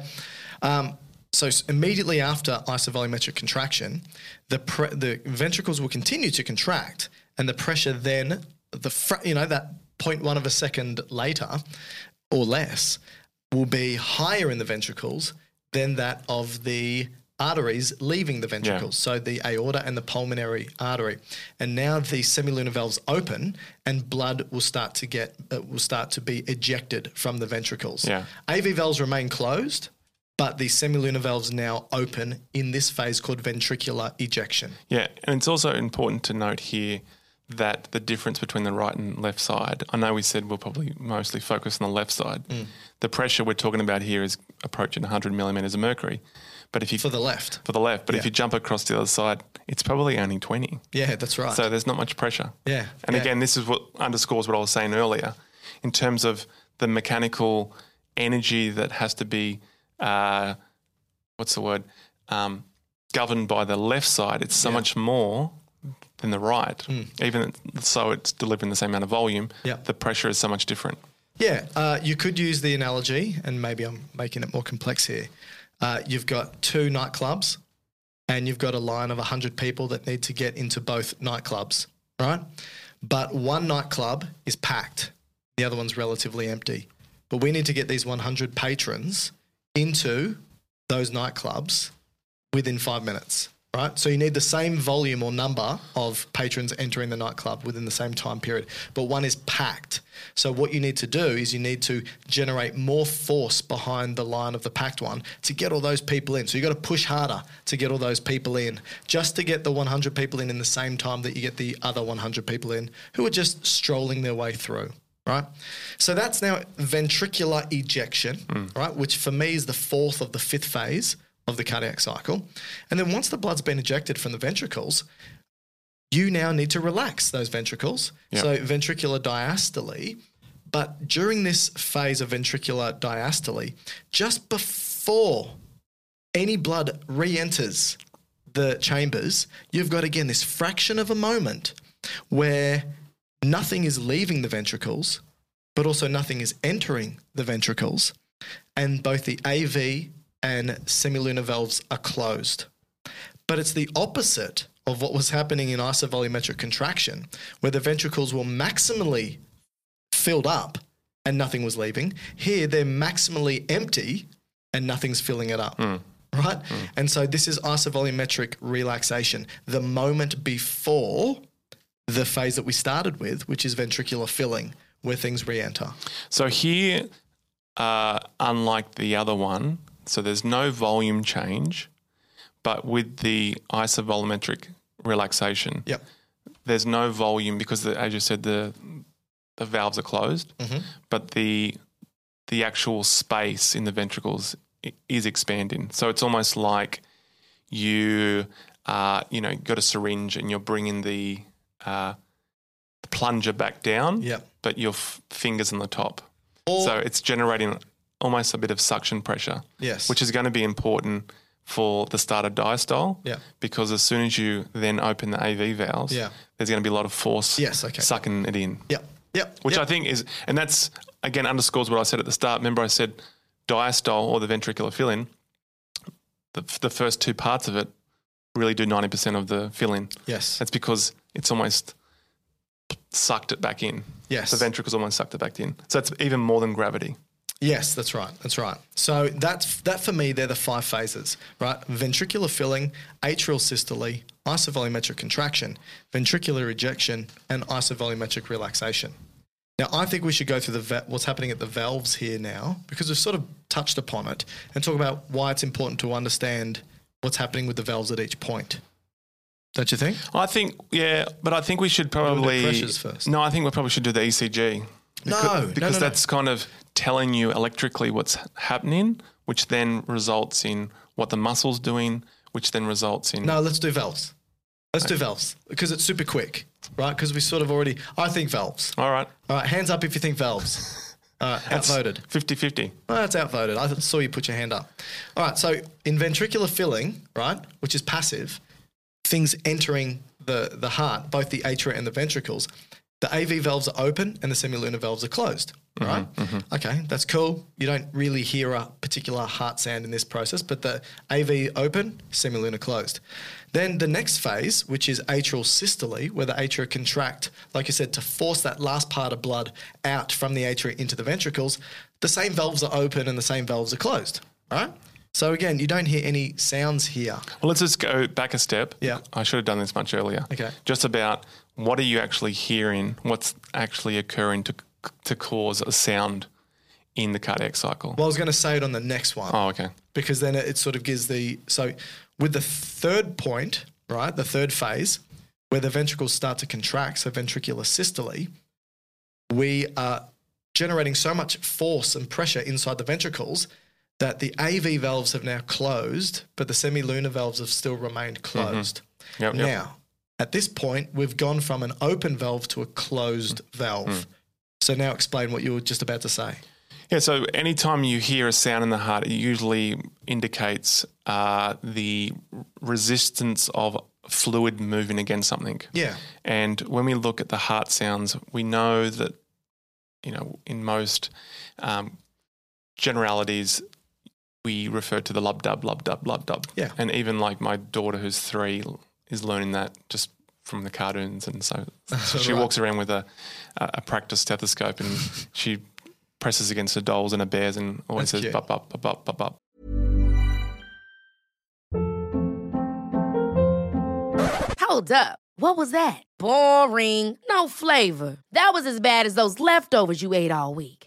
um, so s- immediately after isovolumetric contraction, the pre- the ventricles will continue to contract, and the pressure then the fra- you know that 0.1 of a second later or less will be higher in the ventricles than that of the arteries leaving the ventricles so the aorta and the pulmonary artery and now the semilunar valves open and blood will start to get uh, will start to be ejected from the ventricles Yeah. AV valves remain closed but the semilunar valves now open in this phase called ventricular ejection Yeah, and it's also important to note here that the difference between the right and left side. I know we said we'll probably mostly focus on the left side. Mm. The pressure we're talking about here is approaching 100 millimeters of mercury, but if you for the left for the left, but if you jump across the other side, it's probably only 20. yeah that's right So there's not much pressure. Yeah, And yeah. again, this is what underscores what I was saying earlier in terms of the mechanical energy that has to be, uh, what's the word, um, governed by the left side. It's so much more than the right. Even so, it's delivering the same amount of volume. Hmm. Yeah. The pressure is so much different. Yeah, uh, you could use the analogy, and maybe I'm making it more complex here. Uh, you've got two nightclubs, and you've got a line of 100 people that need to get into both nightclubs, right? But one nightclub is packed, the other one's relatively empty. But we need to get these 100 patrons into those nightclubs within five minutes, right? So you need the same volume or number of patrons entering the nightclub within the same time period, but one is packed. So what you need to do is you need to generate more force behind the line of the packed one to get all those people in. So you got to push harder to get all those people in, just to get the 100 people in in the same time that you get the other 100 people in who are just strolling their way through. Right, so that's now ventricular ejection, right, which for me is the fourth of the fifth phase of the cardiac cycle. And then once the blood's been ejected from the ventricles, you now need to relax those ventricles. So ventricular diastole. But during this phase of ventricular diastole, just before any blood re enters the chambers, you've got again this fraction of a moment where nothing is leaving the ventricles, but also nothing is entering the ventricles and both the AV and semilunar valves are closed. But it's the opposite of what was happening in isovolumetric contraction, where the ventricles were maximally filled up and nothing was leaving. Here, they're maximally empty and nothing's filling it up. Hmm. Right? And so this is isovolumetric relaxation, the moment before the phase that we started with, which is ventricular filling, where things re enter. So here, uh, unlike the other one, so there's no volume change, but with the isovolumetric relaxation. Yep. There's no volume because, the, as you said, the the valves are closed, Mhm. but the the actual space in the ventricles i- is expanding. So it's almost like you uh, you know got a syringe and you're bringing the uh, plunger back down, Yep. but your f- fingers on the top. Or, So it's generating almost a bit of suction pressure, yes. which is going to be important for the start of diastole. Yeah. Because as soon as you then open the AV valves, Yeah. there's going to be a lot of force Yes, okay. sucking it in, Yep. Yep. which yep. I think is, and that's again underscores what I said at the start. Remember, I said diastole or the ventricular fill in, the, the first two parts of it really do 90% of the fill in. Yes. That's because it's almost sucked it back in. Yes. The ventricles almost sucked it back in. So it's even more than gravity. Yes, that's right. That's right. So that's that for me. They're the five phases, right? Ventricular filling, atrial systole, isovolumetric contraction, ventricular ejection, and isovolumetric relaxation. Now, I think we should go through the va- what's happening at the valves here now because we've sort of touched upon it and talk about why it's important to understand what's happening with the valves at each point. Don't you think? I think, yeah, but I think we should probably. pressures first. No, I think we probably should do the ECG. No, Becau- no, because, no, no. that's kind of telling you electrically what's happening, which then results in what the muscle's doing, which then results in. No, let's do valves. Let's do valves because it's super quick, right? Because we sort of already. I think valves. All right. All right, hands up if you think valves. All right, outvoted. 50 50. Oh, that's outvoted. I saw you put your hand up. All right, so in ventricular filling, right, which is passive, things entering the, the heart, both the atria and the ventricles, the AV valves are open and the semilunar valves are closed, right? Okay, that's cool. You don't really hear a particular heart sound in this process, but the AV open, semilunar closed. Then the next phase, which is atrial systole, where the atria contract, like you said, to force that last part of blood out from the atria into the ventricles, the same valves are open and the same valves are closed, right? So again, you don't hear any sounds here. Well, let's just go back a step. Yeah. I should have done this much earlier. Okay. Just about what are you actually hearing? What's actually occurring to, to cause a sound in the cardiac cycle? Well, I was going to say it on the next one. oh, okay. because then it, it sort of gives the so with the third point, right? The third phase where the ventricles start to contract, so ventricular systole, we are generating so much force and pressure inside the ventricles that the AV valves have now closed, but the semilunar valves have still remained closed. Mm-hmm. Yep, yep. Now, at this point, we've gone from an open valve to a closed Mm. valve. So now explain what you were just about to say. Yeah, so anytime you hear a sound in the heart, it usually indicates uh, the resistance of fluid moving against something. Yeah. And when we look at the heart sounds, we know that, you know, in most um, generalities, we refer to the lub dub, lub dub, lub dub. Yeah. And even like my daughter, who's three, is learning that just from the cartoons. And so (laughs) she Right. walks around with a, a a practice (laughs) stethoscope and she presses against her dolls and her bears and always That's cute. says bup, bup, bup, bup, bup, bup. Hold up. What was that? Boring. No flavor. That was as bad as those leftovers you ate all week.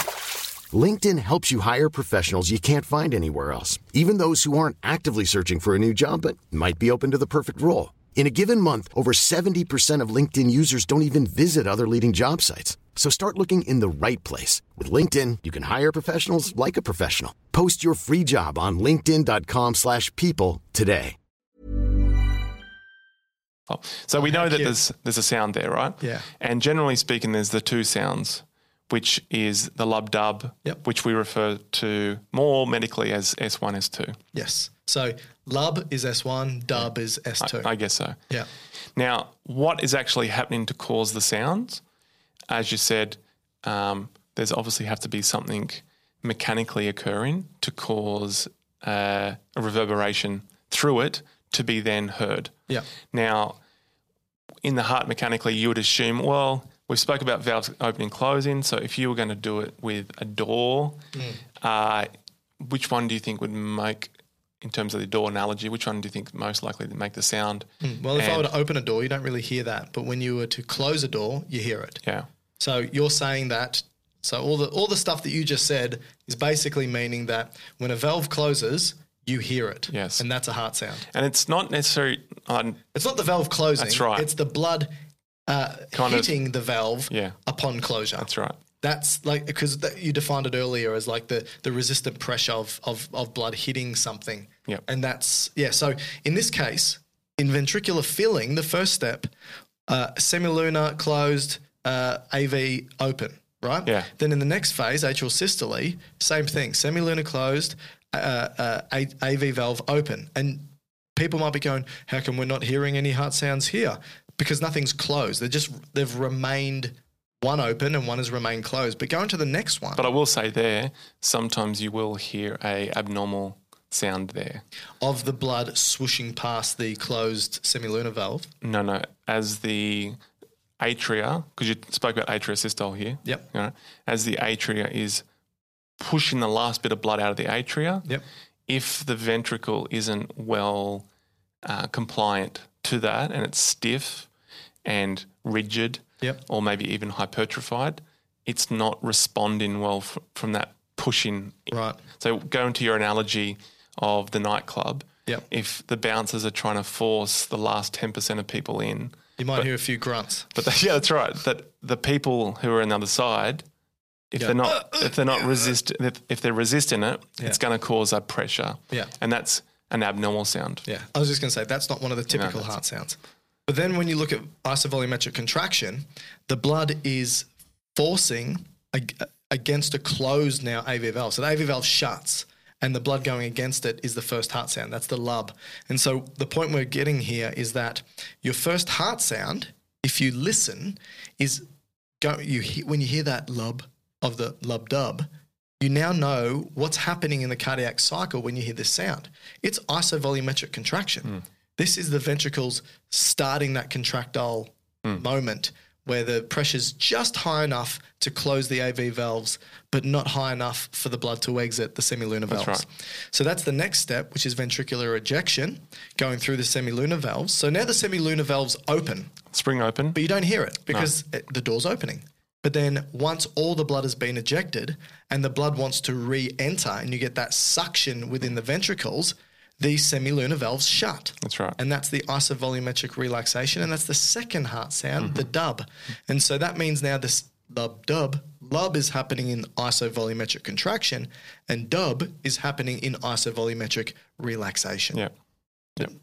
LinkedIn helps you hire professionals you can't find anywhere else, even those who aren't actively searching for a new job but might be open to the perfect role. In a given month, over 70% of LinkedIn users don't even visit other leading job sites. So start looking in the right place. With LinkedIn, you can hire professionals like a professional. Post your free job on linkedin.com/people slash people today. Oh, So we know that cute. there's there's a sound there, right? Yeah. And generally speaking, there's the two sounds, which is the lub dub, Yep. which we refer to more medically as S1, S2. Yes. So lub is S1, dub is S2. I guess so. yeah. Now, what is actually happening to cause the sounds? As you said, um, there's obviously have to be something mechanically occurring to cause uh, a reverberation through it to be then heard. Yeah. Now, in the heart mechanically, you would assume, well, we spoke about valves opening and closing. So if you were going to do it with a door, Mm. uh, which one do you think would make, in terms of the door analogy, which one do you think most likely to make the sound? Mm, Well, if I were And- to open a door, you don't really hear that, but when you were to close a door, you hear it. Yeah. So you're saying that. So all the all the stuff that you just said is basically meaning that when a valve closes, you hear it. Yes. And that's a heart sound. And it's not necessarily, uh, It's not the valve closing. That's right. It's the blood uh, Kind of- hitting the valve Yeah. upon closure. that's right. That's like because that, you defined it earlier as like the the resistant pressure of of, of blood hitting something. Yep. And that's yeah. So in this case, in ventricular filling, the first step, uh, semilunar closed, uh, AV open, right? Yeah. Then in the next phase, atrial systole, same thing, semilunar closed, uh, uh, A- AV valve open, and people might be going, how come we're not hearing any heart sounds here? Because nothing's closed. They're just they've remained one open and one has remained closed. But going to the next one. But I will say there, sometimes you will hear a abnormal sound there. of the blood swooshing past the closed semilunar valve. No, no, as the atria, because you spoke about atriosystole here. Yep. you know, as the atria is pushing the last bit of blood out of the atria. Yep. If the ventricle isn't well uh, compliant to that and it's stiff and rigid, Yep. or maybe even hypertrophied, it's not responding well f- from that pushing Right. so going to your analogy of the nightclub, Yep. if the bouncers are trying to force the last ten percent of people in, You might hear a few grunts. but they, (laughs) yeah, that's right. That the people who are on the other side, if they're not if they're not resist if, if they're resisting it, it's going to cause a pressure. Yeah. and that's an abnormal sound. Yeah. I was just going to say that's not one of the typical heart sounds. But then when you look at isovolumetric contraction, the blood is forcing ag- against a closed now AV valve. So the AV valve shuts and the blood going against it is the first heart sound. That's the lub. And so the point we're getting here is that your first heart sound, if you listen, is go, you he, when you hear that lub of the lub dub, you now know what's happening in the cardiac cycle when you hear this sound. It's isovolumetric contraction. This is the ventricles starting that contractile moment where the pressure's just high enough to close the AV valves, but not high enough for the blood to exit the semilunar valves. right. So that's the next step, which is ventricular ejection going through the semilunar valves. So now the semilunar valves open Spring open. but you don't hear it because it, the door's opening. But then once all the blood has been ejected and the blood wants to re enter, and you get that suction within the ventricles, the semilunar valves shut. That's right. And that's the isovolumetric relaxation. And that's the second heart sound, the Mm-hmm. dub. And so that means now this lub dub, lub is happening in isovolumetric contraction, and dub is happening in isovolumetric relaxation. Yeah,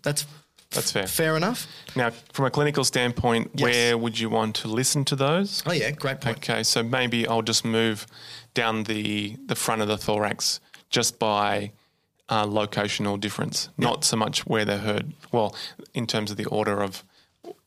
That's that's fair. fair enough. Now, from a clinical standpoint, Yes. where would you want to listen to those? Oh, yeah, great point. Okay, so maybe I'll just move down the the front of the thorax just by uh, locational difference, not so much where they're heard. Well, in terms of the order of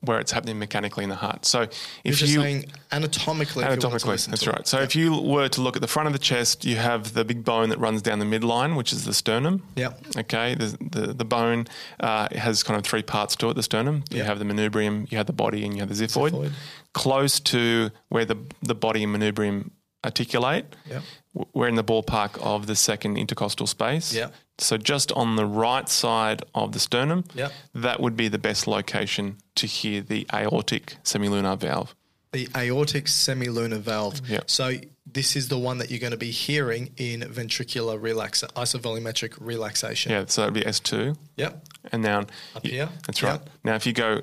where it's happening mechanically in the heart. So You're if just you saying anatomically. if you wanted to anatomically, listen that's to it. right. So if you were to look at the front of the chest, you have the big bone that runs down the midline, which is the sternum. Yep. Okay, the the, the bone uh, it has kind of three parts to it. The sternum, you Yeah. have the manubrium, you have the body, and you have the xiphoid. Xiphoid. Close to where the the body and manubrium articulate, Yep. w- we're in the ballpark of the second intercostal space. Yep. So just on the right side of the sternum, Yep. that would be the best location to hear the aortic semilunar valve. The aortic semilunar valve. Yeah. So this is the one that you're going to be hearing in ventricular relaxa- isovolumetric relaxation. Yeah, so that'd be S two. Yep. and down. Up Y- here? That's Yeah. right. Now, if you go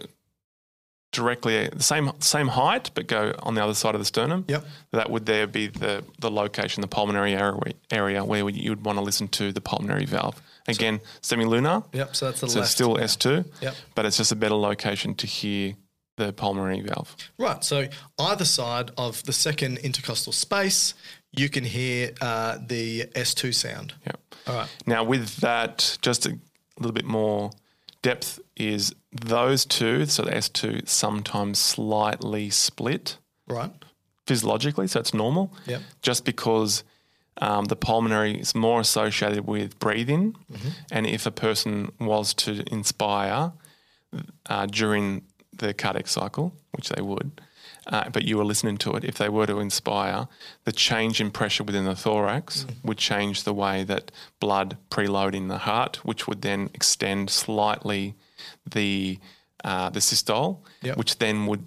directly the same same height, but go on the other side of the sternum, Yep. that would there be the the location, the pulmonary area, area where would- you would want to listen to the pulmonary valve. Again, semilunar. Yep. So that's the So left. it's still S two, Yep. but it's just a better location to hear the pulmonary valve. Right. So either side of the second intercostal space, you can hear uh, the S2 sound. Yeah. All right. Now, with that, just a little bit more depth is those two. So the S two sometimes slightly split. Right. physiologically, so it's normal. Yep. Just because um, the pulmonary is more associated with breathing, Mm-hmm. and if a person was to inspire uh, during the cardiac cycle, which they would, uh, but you were listening to it, if they were to inspire, the change in pressure within the thorax Mm-hmm. would change the way that blood preload in the heart, which would then extend slightly the uh, the systole, Yep. which then would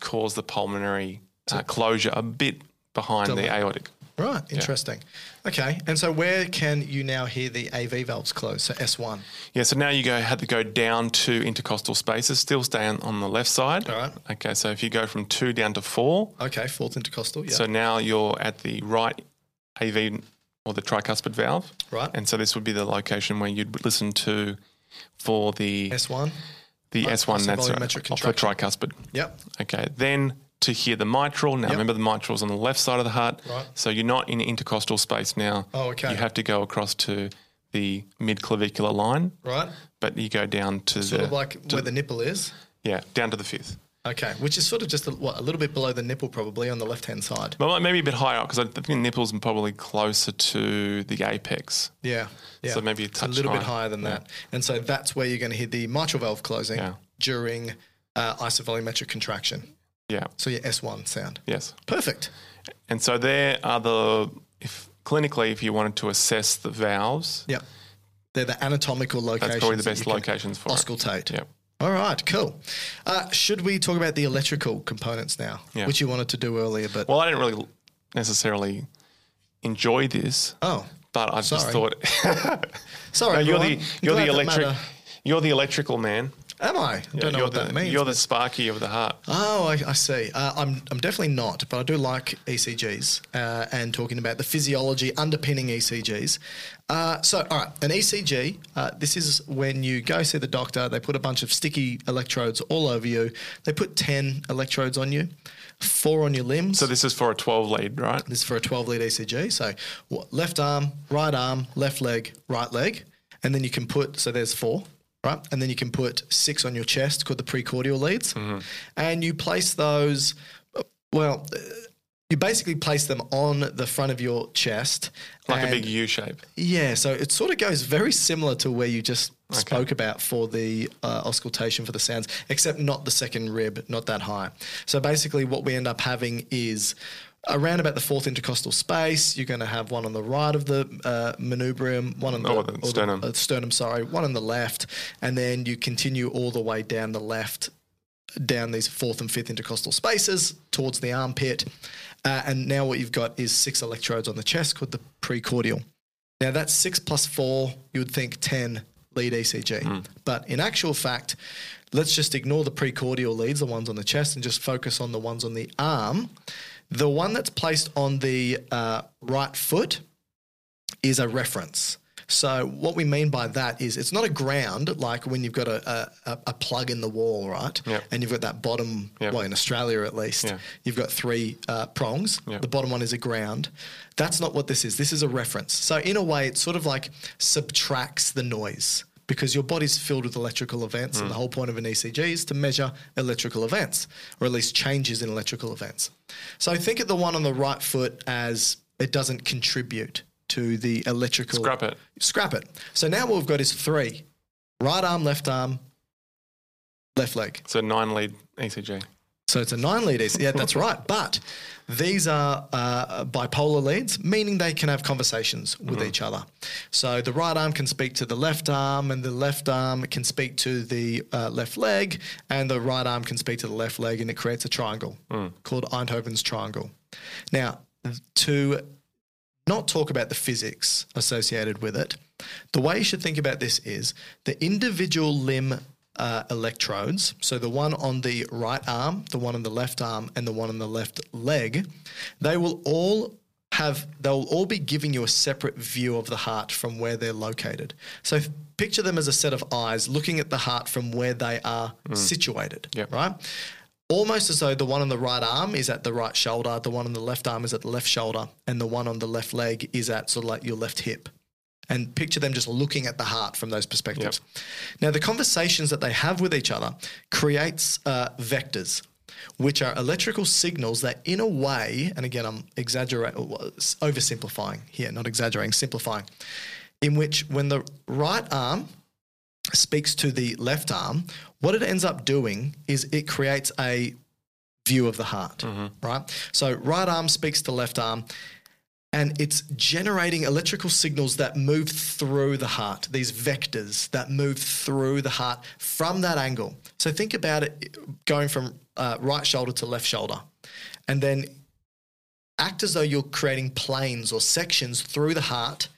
cause the pulmonary uh, closure a bit behind Delay. the aortic. Right, interesting. Okay, and so where can you now hear the AV valves close? So S1. Yeah, so now you go had to go down two intercostal spaces, still staying on the left side. All right. Okay, so if you go from two down to four, Okay, fourth intercostal. Yeah. so now you're at the right AV or the tricuspid valve. right. And so this would be the location where you'd listen to for the S1. the Right, S1 that's right, volumetric of the tricuspid. Yep. Okay, then to hear the mitral. Now Yep. remember the mitral's on the left side of the heart, Right. so you're not in intercostal space now. Oh, okay. You have to go across to the mid clavicular line, Right. but you go down to Sort the of like where the nipple is. yeah down to the fifth. Okay, which is sort of just a, what, a little bit below the nipple, probably on the left hand side. But maybe a bit higher because I think nipples are probably closer to the apex. Yeah. yeah. So maybe a It's touch little bit higher. higher than that. And so that's where you're going to hear the mitral valve closing Yeah. during uh, isovolumetric contraction. Yeah. So your S1 sound. Yes. Perfect. And so there are the if clinically if you wanted to assess the valves, Yep. They're the anatomical locations. that's probably the that best you can locations for it. Auscultate. Yep. All right, cool. Uh, should we talk about the electrical components now, Yeah. which you wanted to do earlier, but Well, I didn't really necessarily enjoy this, oh, but I just Sorry. thought (laughs) sorry, No, you're the everyone. Glad you're the that electric matter. you're the electrical man. Am I? I Yeah, don't know you're what the, that means. You're the sparky of the heart. Oh, I, I see. Uh, I'm, I'm definitely not, but I do like ECGs uh, and talking about the physiology underpinning ECGs. Uh, so, all right, an ECG, uh, this is when you go see the doctor, they put a bunch of sticky electrodes all over you. They put 10 electrodes on you, four on your limbs. So this is for a 12 lead, right? This is for a 12 lead ECG. So what, left arm, right arm, left leg, right leg. And then you can put, so there's four, right? And then you can put six on your chest called the precordial leads. Mm-hmm. And you place those, well, uh, you basically place them on the front of your chest. Like a and- big U shape. yeah, so it sort of goes very similar to where you just spoke about for the uh, auscultation for the sounds, except not the second rib, not that high. So basically, what we end up having is around about the fourth intercostal space. You're going to have one on the right of the uh, manubrium, one on the, Or Oh, the sternum. uh, sternum, sorry, one on the left, and then you continue all the way down the left down these fourth and fifth intercostal spaces towards the armpit. Uh, and now what you've got is six electrodes on the chest called the precordial. Now that's six plus four, you would think 10 lead ECG. But in actual fact, let's just ignore the precordial leads, the ones on the chest, and just focus on the ones on the arm. The one that's placed on the uh, right foot is a reference. So what we mean by that is it's not a ground like when you've got a, a, a- a plug in the wall, right? Yep. And you've got that bottom, Yep. well, in Australia at least, Yeah. you've got three uh, prongs. Yep. The bottom one is a ground. That's not what this is. This is a reference. So in a way, it sort of like subtracts the noise because your body's filled with electrical events, Mm. and the whole point of an ECG is to measure electrical events, or at least changes in electrical events. So think of the one on the right foot as it doesn't contribute to the electrical. Scrap it. Scrap it. So now what we've got is three: right arm, left arm, left leg. So nine lead E ECG. So it's a nine lead ECG. Yeah, that's right. But these are uh, bipolar leads, meaning they can have conversations with each other. So the right arm can speak to the left arm, and the left arm can speak to the uh, left leg, and the right arm can speak to the left leg, and it creates a triangle called Eindhoven's triangle. Now, to not talk about the physics associated with it. The way you should think about this is the individual limb uh, electrodes, so the one on the right arm, the one on the left arm, and the one on the left leg, they will all have, they'll all be giving you a separate view of the heart from where they're located. So f- picture them as a set of eyes looking at the heart from where they are situated, Yep. right? almost as though the one on the right arm is at the right shoulder, the one on the left arm is at the left shoulder, and the one on the left leg is at sort of like your left hip. And picture them just looking at the heart from those perspectives. Now, the conversations that they have with each other creates uh, vectors, which are electrical signals that, in a way, and again, I'm uh, exaggerating, oversimplifying here, not exaggerating, simplifying, in which when the right arm speaks to the left arm, what it ends up doing is it creates a view of the heart, right? So right arm speaks to left arm and it's generating electrical signals that move through the heart, these vectors that move through the heart from that angle. So think about it going from uh, right shoulder to left shoulder and then act as though you're creating planes or sections through the heart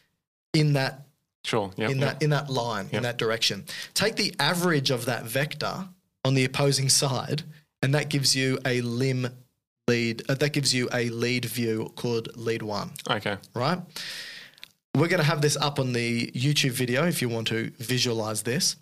in that Sure. Yeah. in that in that line in Yep. that direction. Take the average of that vector on the opposing side, and that gives you a limb lead. Uh, that gives you a lead view called lead one. Okay. Right. We're going to have this up on the YouTube video if you want to visualize this.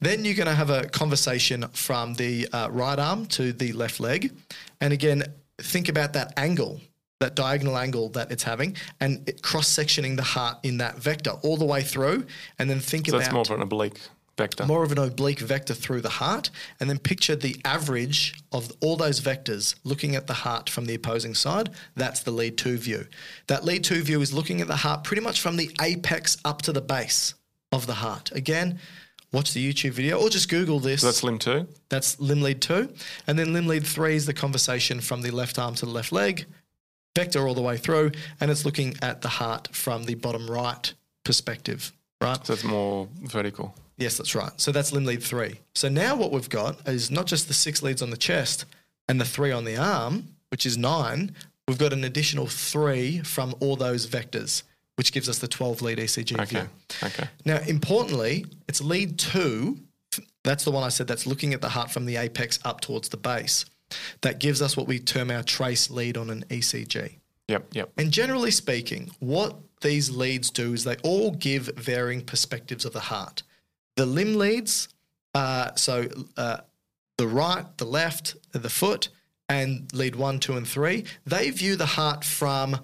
Then you're going to have a conversation from the uh, right arm to the left leg, and again think about that angle. That diagonal angle that it's having, and it cross-sectioning the heart in that vector all the way through, and then think So about that's more of an oblique vector. more of an oblique vector through the heart, and then picture the average of all those vectors looking at the heart from the opposing side. That's the lead two view. That lead two view is looking at the heart pretty much from the apex up to the base of the heart. Again, watch the YouTube video or just Google this. so that's limb two. That's limb lead two. And then limb lead three is the conversation from the left arm to the left leg, vector all the way through, and it's looking at the heart from the bottom right perspective, right? So it's more vertical. Yes, that's right. So that's limb lead three. So now what we've got is not just the six leads on the chest and the three on the arm, which is nine. We've got an additional three from all those vectors, which gives us the 12 lead E ECG Okay. view. Okay. Now, importantly, it's lead two. That's the one I said that's looking at the heart from the apex up towards the base. That gives us what we term our trace lead on an E ECG. Yep. Yep. And generally speaking, what these leads do is they all give varying perspectives of the heart. The limb leads, uh, so uh, the right, the left, the foot, and lead one, two, and three, they view the heart from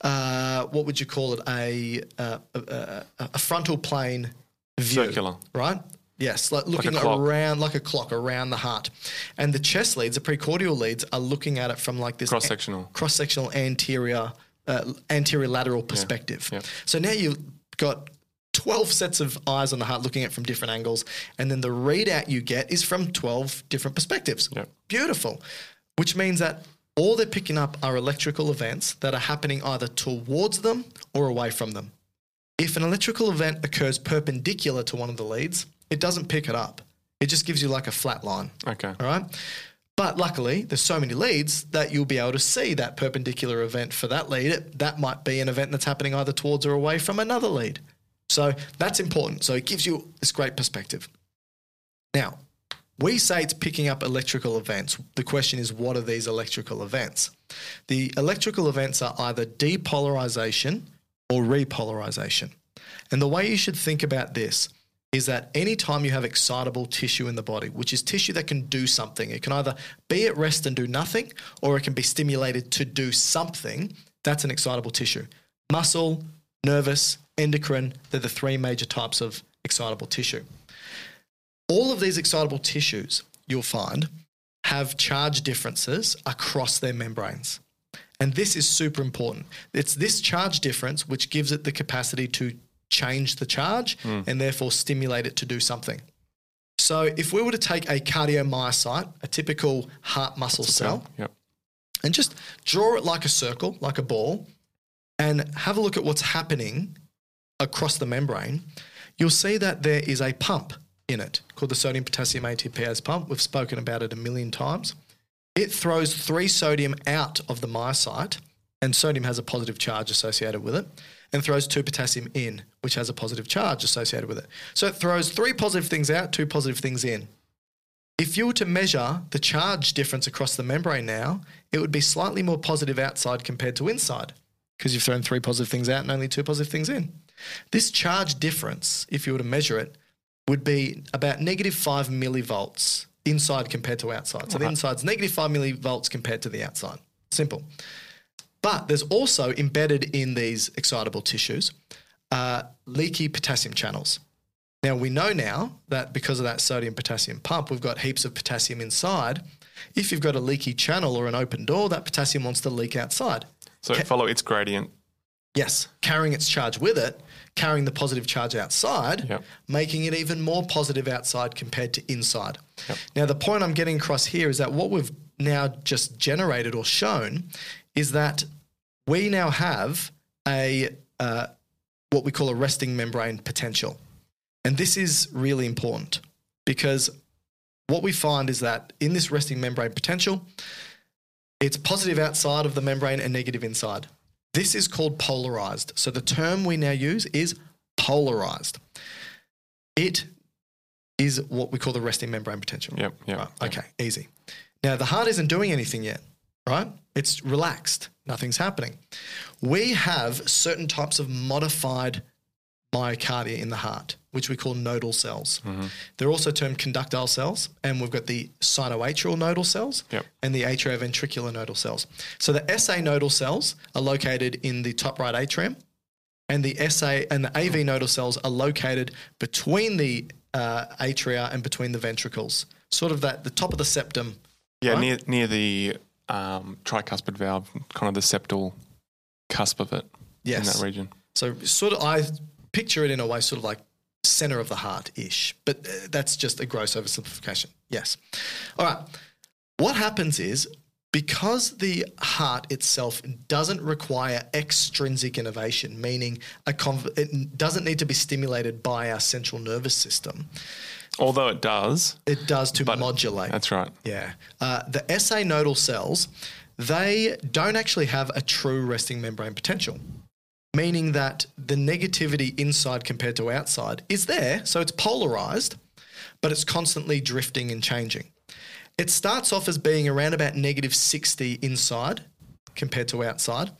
uh, what would you call it? A, uh, a, a, a frontal plane view. Circular. Right? Yes, like looking clock. around, like a clock around the heart. And the chest leads, the precordial leads, are looking at it from like this Cross-sectional. cross-sectional anterior uh, anterior lateral perspective. yeah. So now you've got 12 sets of eyes on the heart looking at it from different angles and then the readout you get is from 12 different perspectives. Yeah. Beautiful. Which means that all they're picking up are electrical events that are happening either towards them or away from them. If an electrical event occurs perpendicular to one of the leads, it doesn't pick it up. It just gives you like a flat line. Okay. All right. But luckily, there's so many leads that you'll be able to see that perpendicular event for that lead. It- That might be an event that's happening either towards or away from another lead. So that's important. So it gives you this great perspective. Now, we say it's picking up electrical events. The question is, what are these electrical events? The electrical events are either depolarization or repolarization. And the way you should think about this is that anytime you have excitable tissue in the body, which is tissue that can do something, it can either be at rest and do nothing, or it can be stimulated to do something, that's an excitable tissue. Muscle, nervous, endocrine, they're the three major types of excitable tissue. All of these excitable tissues, you'll find, have charge differences across their membranes. And this is super important. It's this charge difference which gives it the capacity to change the charge and therefore stimulate it to do something. So, if we were to take a cardiomyocyte, a typical heart muscle cell, Yep. and just draw it like a circle, like a ball, and have a look at what's happening across the membrane, you'll see that there is a pump in it called the sodium potassium ATPase pump. We've spoken about it a million times. It throws three sodium out of the myocyte, and sodium has a positive charge associated with it, and throws two potassium in, which has a positive charge associated with it. So it throws three positive things out, two positive things in. If you were to measure the charge difference across the membrane now, it would be slightly more positive outside compared to inside because you've thrown three positive things out and only two positive things in. This charge difference, if you were to measure it, would be about negative five millivolts inside compared to outside. So the inside's negative five millivolts compared to the outside. Simple. But there's also embedded in these excitable tissues uh, leaky potassium channels. Now we know now that because of that sodium potassium pump, we've got heaps of potassium inside. If you've got a leaky channel or an open door, that potassium wants to leak outside. So follow its gradient Yes, carrying its charge with it, carrying the positive charge outside, Yep. making it even more positive outside compared to inside. Now, the point I'm getting across here is that what we've now just generated or shown is that we now have a uh, what we call a resting membrane potential. And this is really important because what we find is that in this resting membrane potential, it's positive outside of the membrane and negative inside. This is called polarized. So the term we now use is polarized. It is what we call the resting membrane potential. Yep, yep, Right, yep. Okay, easy. Now the heart isn't doing anything yet, right? It's relaxed. Nothing's happening. We have certain types of modified myocardia in the heart, which we call nodal cells. They're also termed conductile cells, and we've got the sinoatrial nodal cells Yep. and the atrioventricular nodal cells. So the SA nodal cells are located in the top right atrium, and the SA and the AV nodal cells are located between the uh, atria and between the ventricles, sort of that the top of the septum. Yeah, Right. near near the um, tricuspid valve, kind of the septal cusp of it Yes. in that region. So sort of, I picture it in a way, sort of like center of the heart ish, but uh, that's just a gross oversimplification. Yes. All right. What happens is because the heart itself doesn't require extrinsic innovation, meaning a conv- it doesn't need to be stimulated by our central nervous system, Although it does. it does to But- modulate. That's right. Yeah. Uh, the SA nodal cells, they don't actually have a true resting membrane potential, meaning that the negativity inside compared to outside is there. So it's polarized, but it's constantly drifting and changing. It starts off as being around about negative 60 inside compared to outside,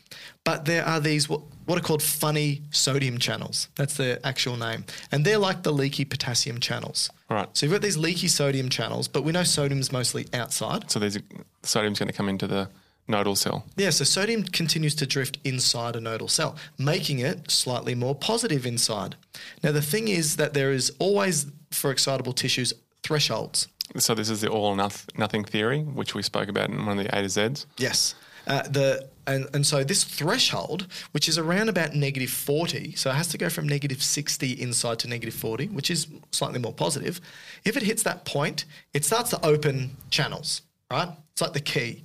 but there are these what, what are called funny sodium channels. That's their actual name. And they're like the leaky potassium channels. Right. So you've got these leaky sodium channels, but we know sodium's mostly outside. So there's sodium's going to come into the nodal cell. Yeah, so sodium continues to drift inside a nodal cell, making it slightly more positive inside. Now the thing is that there is always for excitable tissues thresholds. So this is the all or noth- nothing theory, which we spoke about in one of the A to Zs. Yes. Uh, the and, and so this threshold, which is around about negative 40, so it has to go from negative 60 inside to negative 40, which is slightly more positive. If it hits that point, it starts to open channels, right? It's like the key.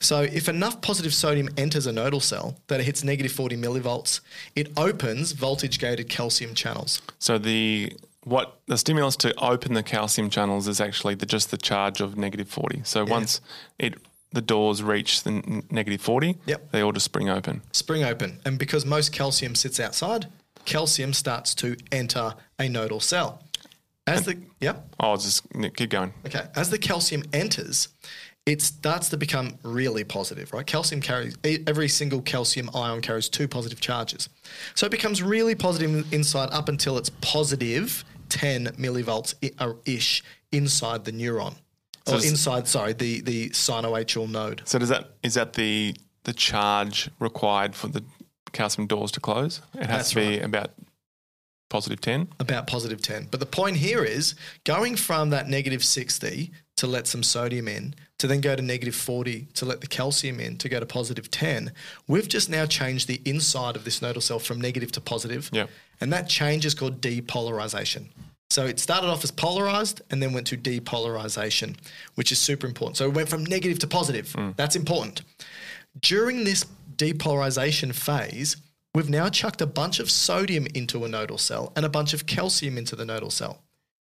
So if enough positive sodium enters a nodal cell that it hits negative 40 millivolts, it opens voltage gated calcium channels. So the what the stimulus to open the calcium channels is actually the, just the charge of negative forty. So once it the doors reach the n- negative forty, Yep. they all just spring open. spring open. And because most calcium sits outside, calcium starts to enter a nodal cell. As the yep, Oh, it's just n- keep going. okay. As the calcium enters, it starts to become really positive, right? Calcium carries e- every single calcium ion carries two positive charges. So it becomes really positive inside up until it's positive 10 millivolts i- uh, ish inside the neuron. So or it's- inside, sorry, the, the sinoatrial node. So does that is that the the charge required for the calcium doors to close? It has That's to be about positive ten. about positive 10. But the point here is going from that negative 60 to let some sodium in, to then go to negative 40 to let the calcium in, to go to positive 10, we've just now changed the inside of this nodal cell from negative to positive. Yep. And that change is called depolarization. So it started off as polarized and then went to depolarization, which is super important. So it went from negative to positive. That's important. During this depolarization phase, we've now chucked a bunch of sodium into a nodal cell and a bunch of calcium into the nodal cell.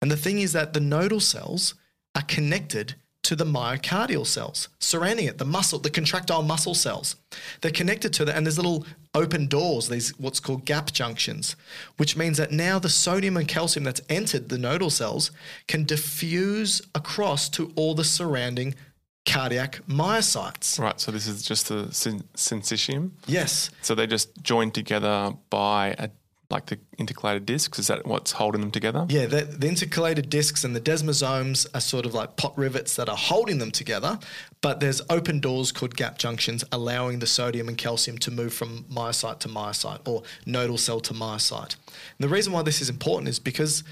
And the thing is that the nodal cells are connected to the myocardial cells surrounding it, the muscle, the contractile muscle cells. They're connected to the, and there's little open doors, these what's called gap junctions, which means that now the sodium and calcium that's entered the nodal cells can diffuse across to all the surrounding cardiac myocytes. Right. So this is just the syn- syncytium. Yes. So they just joined together by a like the intercalated discs. Is that what's holding them together? Yeah, the, the intercalated discs and the desmosomes are sort of like pot rivets that are holding them together, but there's open doors called gap junctions allowing the sodium and calcium to move from myocyte to myocyte or nodal cell to myocyte. And the reason why this is important is because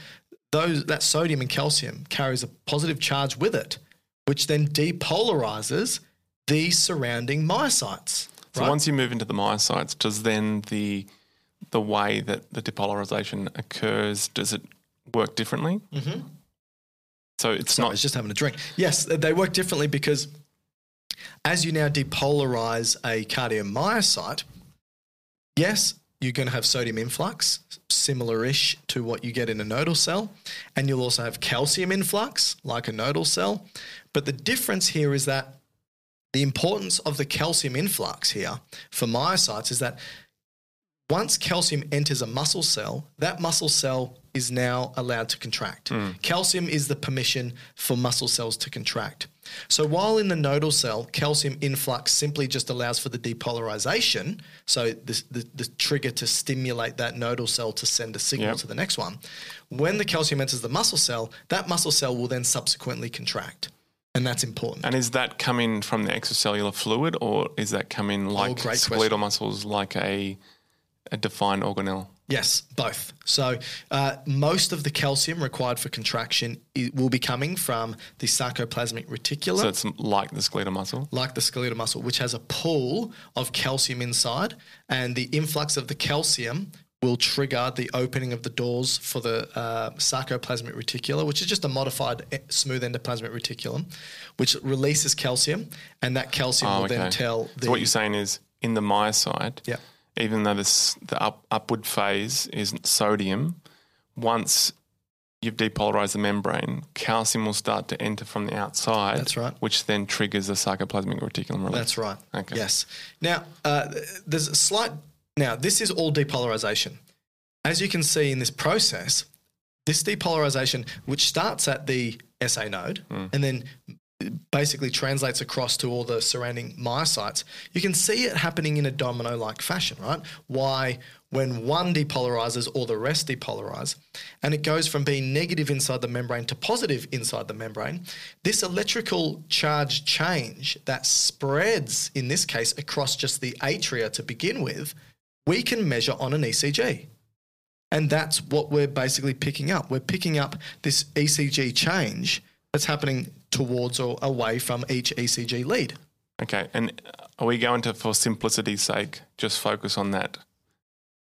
those that sodium and calcium carries a positive charge with it, which then depolarizes the surrounding myocytes. So Right. once you move into the myocytes, does then the the way that the depolarization occurs does it work differently? Mm-hmm. So it's Sorry, I not was just having a drink. Yes, they work differently because as you now depolarize a cardiomyocyte, yes, you're going to have sodium influx, similar-ish to what you get in a nodal cell, and you'll also have calcium influx, like a nodal cell. But the difference here is that the importance of the calcium influx here for myocytes is that once calcium enters a muscle cell, that muscle cell is now allowed to contract. Calcium is the permission for muscle cells to contract. So while in the nodal cell, calcium influx simply just allows for the depolarization, so this, the, the trigger to stimulate that nodal cell to send a signal Yep. to the next one. When the calcium enters the muscle cell, that muscle cell will then subsequently contract. And that's important. and is that coming from the extracellular fluid or is that coming like Oh, great skeletal question. muscles like a a defined organelle? Yes, both. So uh, most of the calcium required for contraction i will be coming from the sarcoplasmic reticulum, So it's like the skeletal muscle. like the skeletal muscle, which has a pool of calcium inside, and the influx of the calcium will trigger the opening of the doors for the uh, sarcoplasmic reticulum, which is just a modified e- smooth endoplasmic reticulum, which releases calcium, and that calcium will then tell the Oh, so what you're saying is in the myocyte, Yep. even though this the up, upward phase is sodium, once you've depolarized the membrane, calcium will start to enter from the outside. That's right. Which then triggers the sarcoplasmic reticulum release. That's right. Okay. Yes. Now, uh, th- there's a slight. Now, this is all depolarization. As you can see in this process, this depolarization, which starts at the SA node and then basically translates across to all the surrounding myocytes, you can see it happening in a domino like fashion, right? Why, when one depolarizes, all the rest depolarize, and it goes from being negative inside the membrane to positive inside the membrane, this electrical charge change that spreads, in this case, across just the atria to begin with, we can measure on an E ECG. And that's what we're basically picking up. We're picking up this ECG change that's happening towards or away from each ECG lead. Okay. And are we going to, for simplicity's sake, just focus on that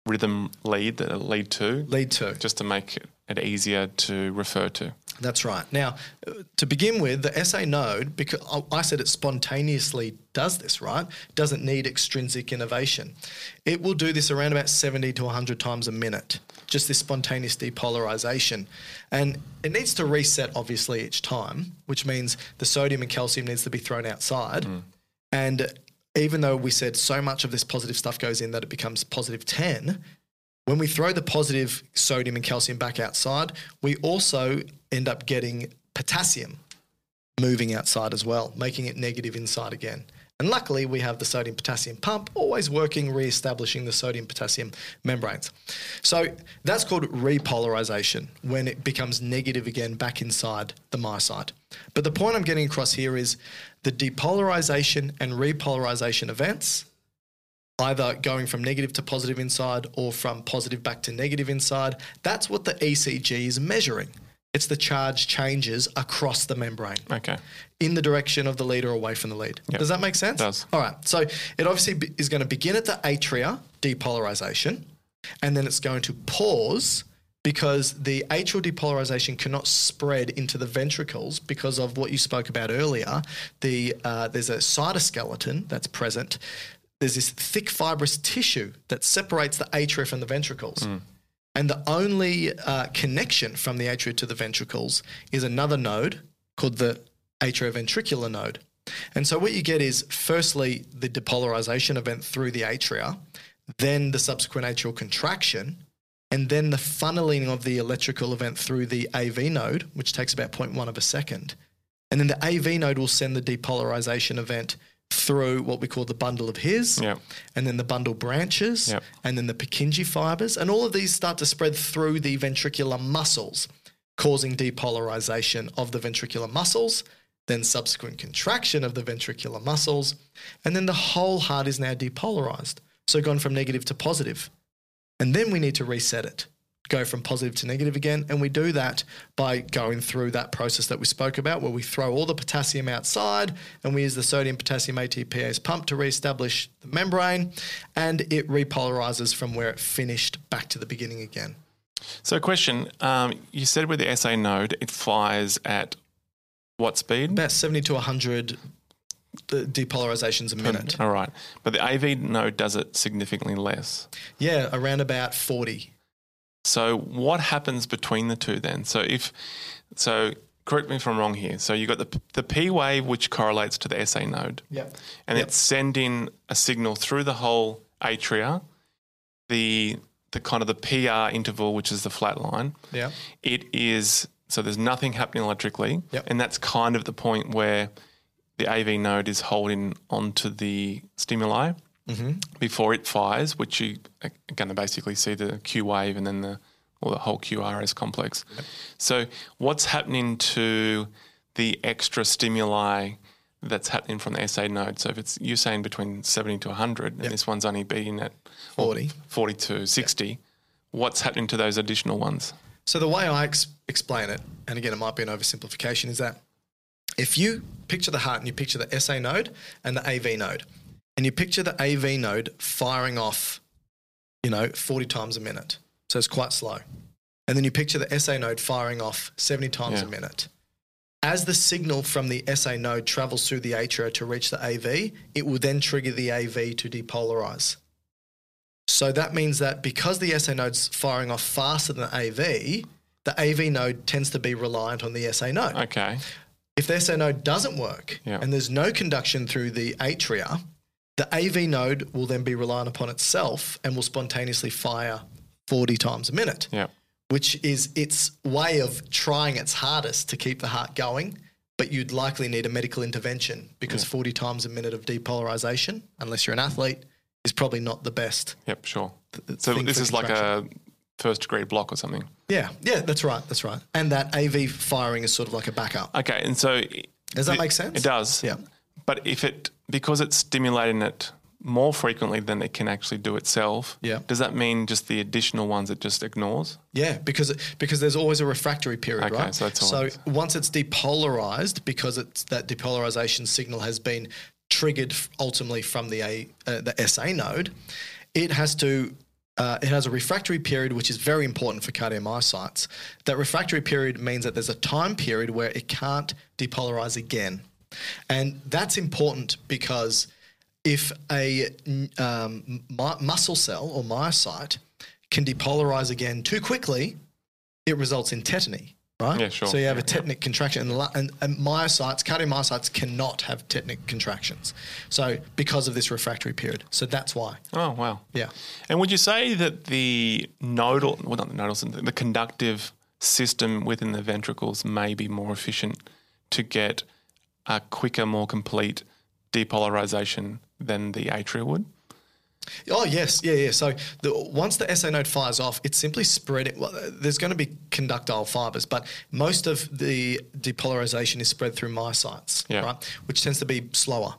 rhythm lead that it lead to, Lead two. just to make it easier to refer to? That's right. Now, uh, to begin with, the SA node, because I- I said it spontaneously does this, right? Doesn't need extrinsic innovation. It will do this around about 70 to 100 times a minute, just this spontaneous depolarization. And it needs to reset, obviously, each time, which means the sodium and calcium needs to be thrown outside. And even though we said so much of this positive stuff goes in that it becomes positive 10, when we throw the positive sodium and calcium back outside, we also end up getting potassium moving outside as well, making it negative inside again. And luckily, we have the sodium potassium pump always working, re establishing the sodium potassium membranes. So that's called repolarization when it becomes negative again back inside the myocyte. But the point I'm getting across here is the depolarization and repolarization events either going from negative to positive inside or from positive back to negative inside. That's what the ECG is measuring. It's the charge changes across the membrane Okay. in the direction of the lead or away from the lead. Yep. Does that make sense? Does. All right. So it obviously be- is going to begin at the atria depolarization and then it's going to pause because the atrial depolarization cannot spread into the ventricles because of what you spoke about earlier. The uh, there's a cytoskeleton that's present. There's this thick fibrous tissue that separates the atria from the ventricles. And the only uh, connection from the atria to the ventricles is another node called the atrioventricular node. And so what you get is firstly the depolarization event through the atria, then the subsequent atrial contraction, and then the funneling of the electrical event through the AV node, which takes about 0.1 of a second. And then the AV node will send the depolarization event through what we call the bundle of his, Yep. and then the bundle branches, Yep. and then the Purkinje fibers, and all of these start to spread through the ventricular muscles, causing depolarization of the ventricular muscles, then subsequent contraction of the ventricular muscles, and then the whole heart is now depolarized, so gone from negative to positive. And then we need to reset it go from positive to negative again. And we do that by going through that process that we spoke about, where we throw all the potassium outside and we use the sodium potassium ATPase pump to reestablish the membrane and it repolarizes from where it finished back to the beginning again. So, question: um, You said with the SA node, it flies at what speed? About 70 to 100 the depolarizations a minute. All right, but the AV node does it significantly less. Yeah, around about 40. So, what happens between the two then? So, if so, correct me if I'm wrong here. So, you got the the P wave which correlates to the SA node, Yeah. and Yep. it's sending a signal through the whole atria, the the kind of the PR interval, which is the flat line. Yeah. It is so there's nothing happening electrically, Yep. and that's kind of the point where the AV node is holding onto the stimuli before it fires, which you are going to basically see the Q wave and then the or the whole QRS complex. So what's happening to the extra stimuli that's happening from the SA node? So if it's you're saying between 70 to 100, and this one's only beating at 40. 40 to 60, what's happening to those additional ones? So the way I ex- explain it, and again, it might be an oversimplification, is that if you picture the heart and you picture the SA node and the AV node, and you picture the AV node firing off, you know, 40 times a minute. So it's quite slow. And then you picture the SA node firing off 70 times a Yeah. minute. As the signal from the SA node travels through the atria to reach the AV, it will then trigger the AV to depolarize. So that means that because the SA node's firing off faster than AV, the AV node tends to be reliant on the SA node. Okay. If the SA node doesn't work Yeah. and there's no conduction through the atria, the AV node will then be reliant upon itself and will spontaneously fire 40 times a minute, Yeah. which is its way of trying its hardest to keep the heart going. But you'd likely need a medical intervention because 40 times a minute of depolarization, unless you're an athlete, is probably not the best. Yep. Sure. th- So thing this for is like a first degree block or something. Yeah, yeah, that's right, that's right. And that AV firing is sort of like a backup. Okay. And so it- Does that it- make sense? It does. Yeah. But if it because it's stimulating it more frequently than it can actually do itself. Yeah. Does that mean just the additional ones it just ignores? Yeah, because because there's always a refractory period, Okay, right? so that's all it is. once it's depolarized, because it's that depolarization signal has been triggered f- ultimately from the a uh, the SA node, it has to. Uh, it has a refractory period, which is very important for cardiomyocytes. That refractory period means that there's a time period where it can't depolarize again, and that's important because if a um, mu- muscle cell or myocyte can depolarize again too quickly, it results in tetany, right? Yeah, sure. So you have a Yeah, tetanic contraction, and, la- and, and myocytes, cardiomyocytes cannot have tetanic contractions. So because of this refractory period, so that's why. Oh wow. Yeah. And would you say that the nodal, well, not the nodal, system, the conductive system within the ventricles may be more efficient to get a quicker, more complete depolarization than the atria would? Oh yes, yeah, yeah. So the, once the SA node fires off, it's simply spreading. Well, there's going to be conductile fibers, but most of the depolarization is spread through myocytes, Yeah. right? Which tends to be slower.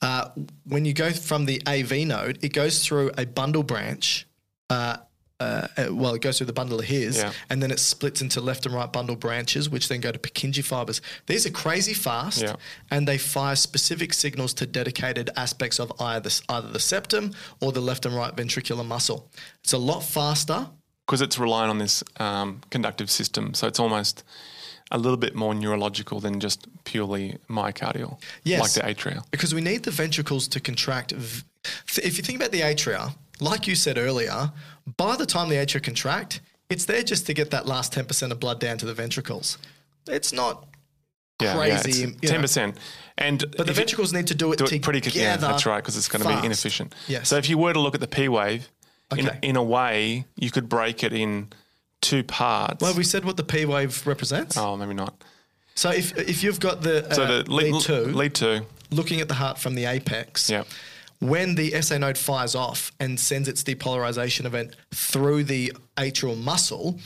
Uh, when you go from the AV node, it goes through a bundle branch. Uh, uh, uh, well, it goes through the bundle of his, Yeah. and then it splits into left and right bundle branches, which then go to Purkinje fibers. These are crazy fast, Yeah. and they fire specific signals to dedicated aspects of either either the septum or the left and right ventricular muscle. It's a lot faster. Because it's relying on this um, conductive system. So it's almost a little bit more neurological than just purely myocardial, Yes. like the atria. Because we need the ventricles to contract. v- If you think about the atria, like you said earlier, by the time the atria contract, it's there just to get that last 10% of blood down to the ventricles. It's not, Crazy, it's you know. 10%. And but the if you- ventricles need to do it, do it together. pretty quickly. Yeah, that's right, because it's going to fast. be inefficient. Yes. So if you were to look at the P wave, in, Okay. in a way, you could break it in two parts. Well, we said what the P wave represents. oh, maybe not. So if if you've got the, uh, So the lead, lead, two, lead two, looking at the heart from the apex, yeah, when the SA node fires off and sends its depolarization event through the atrial muscle,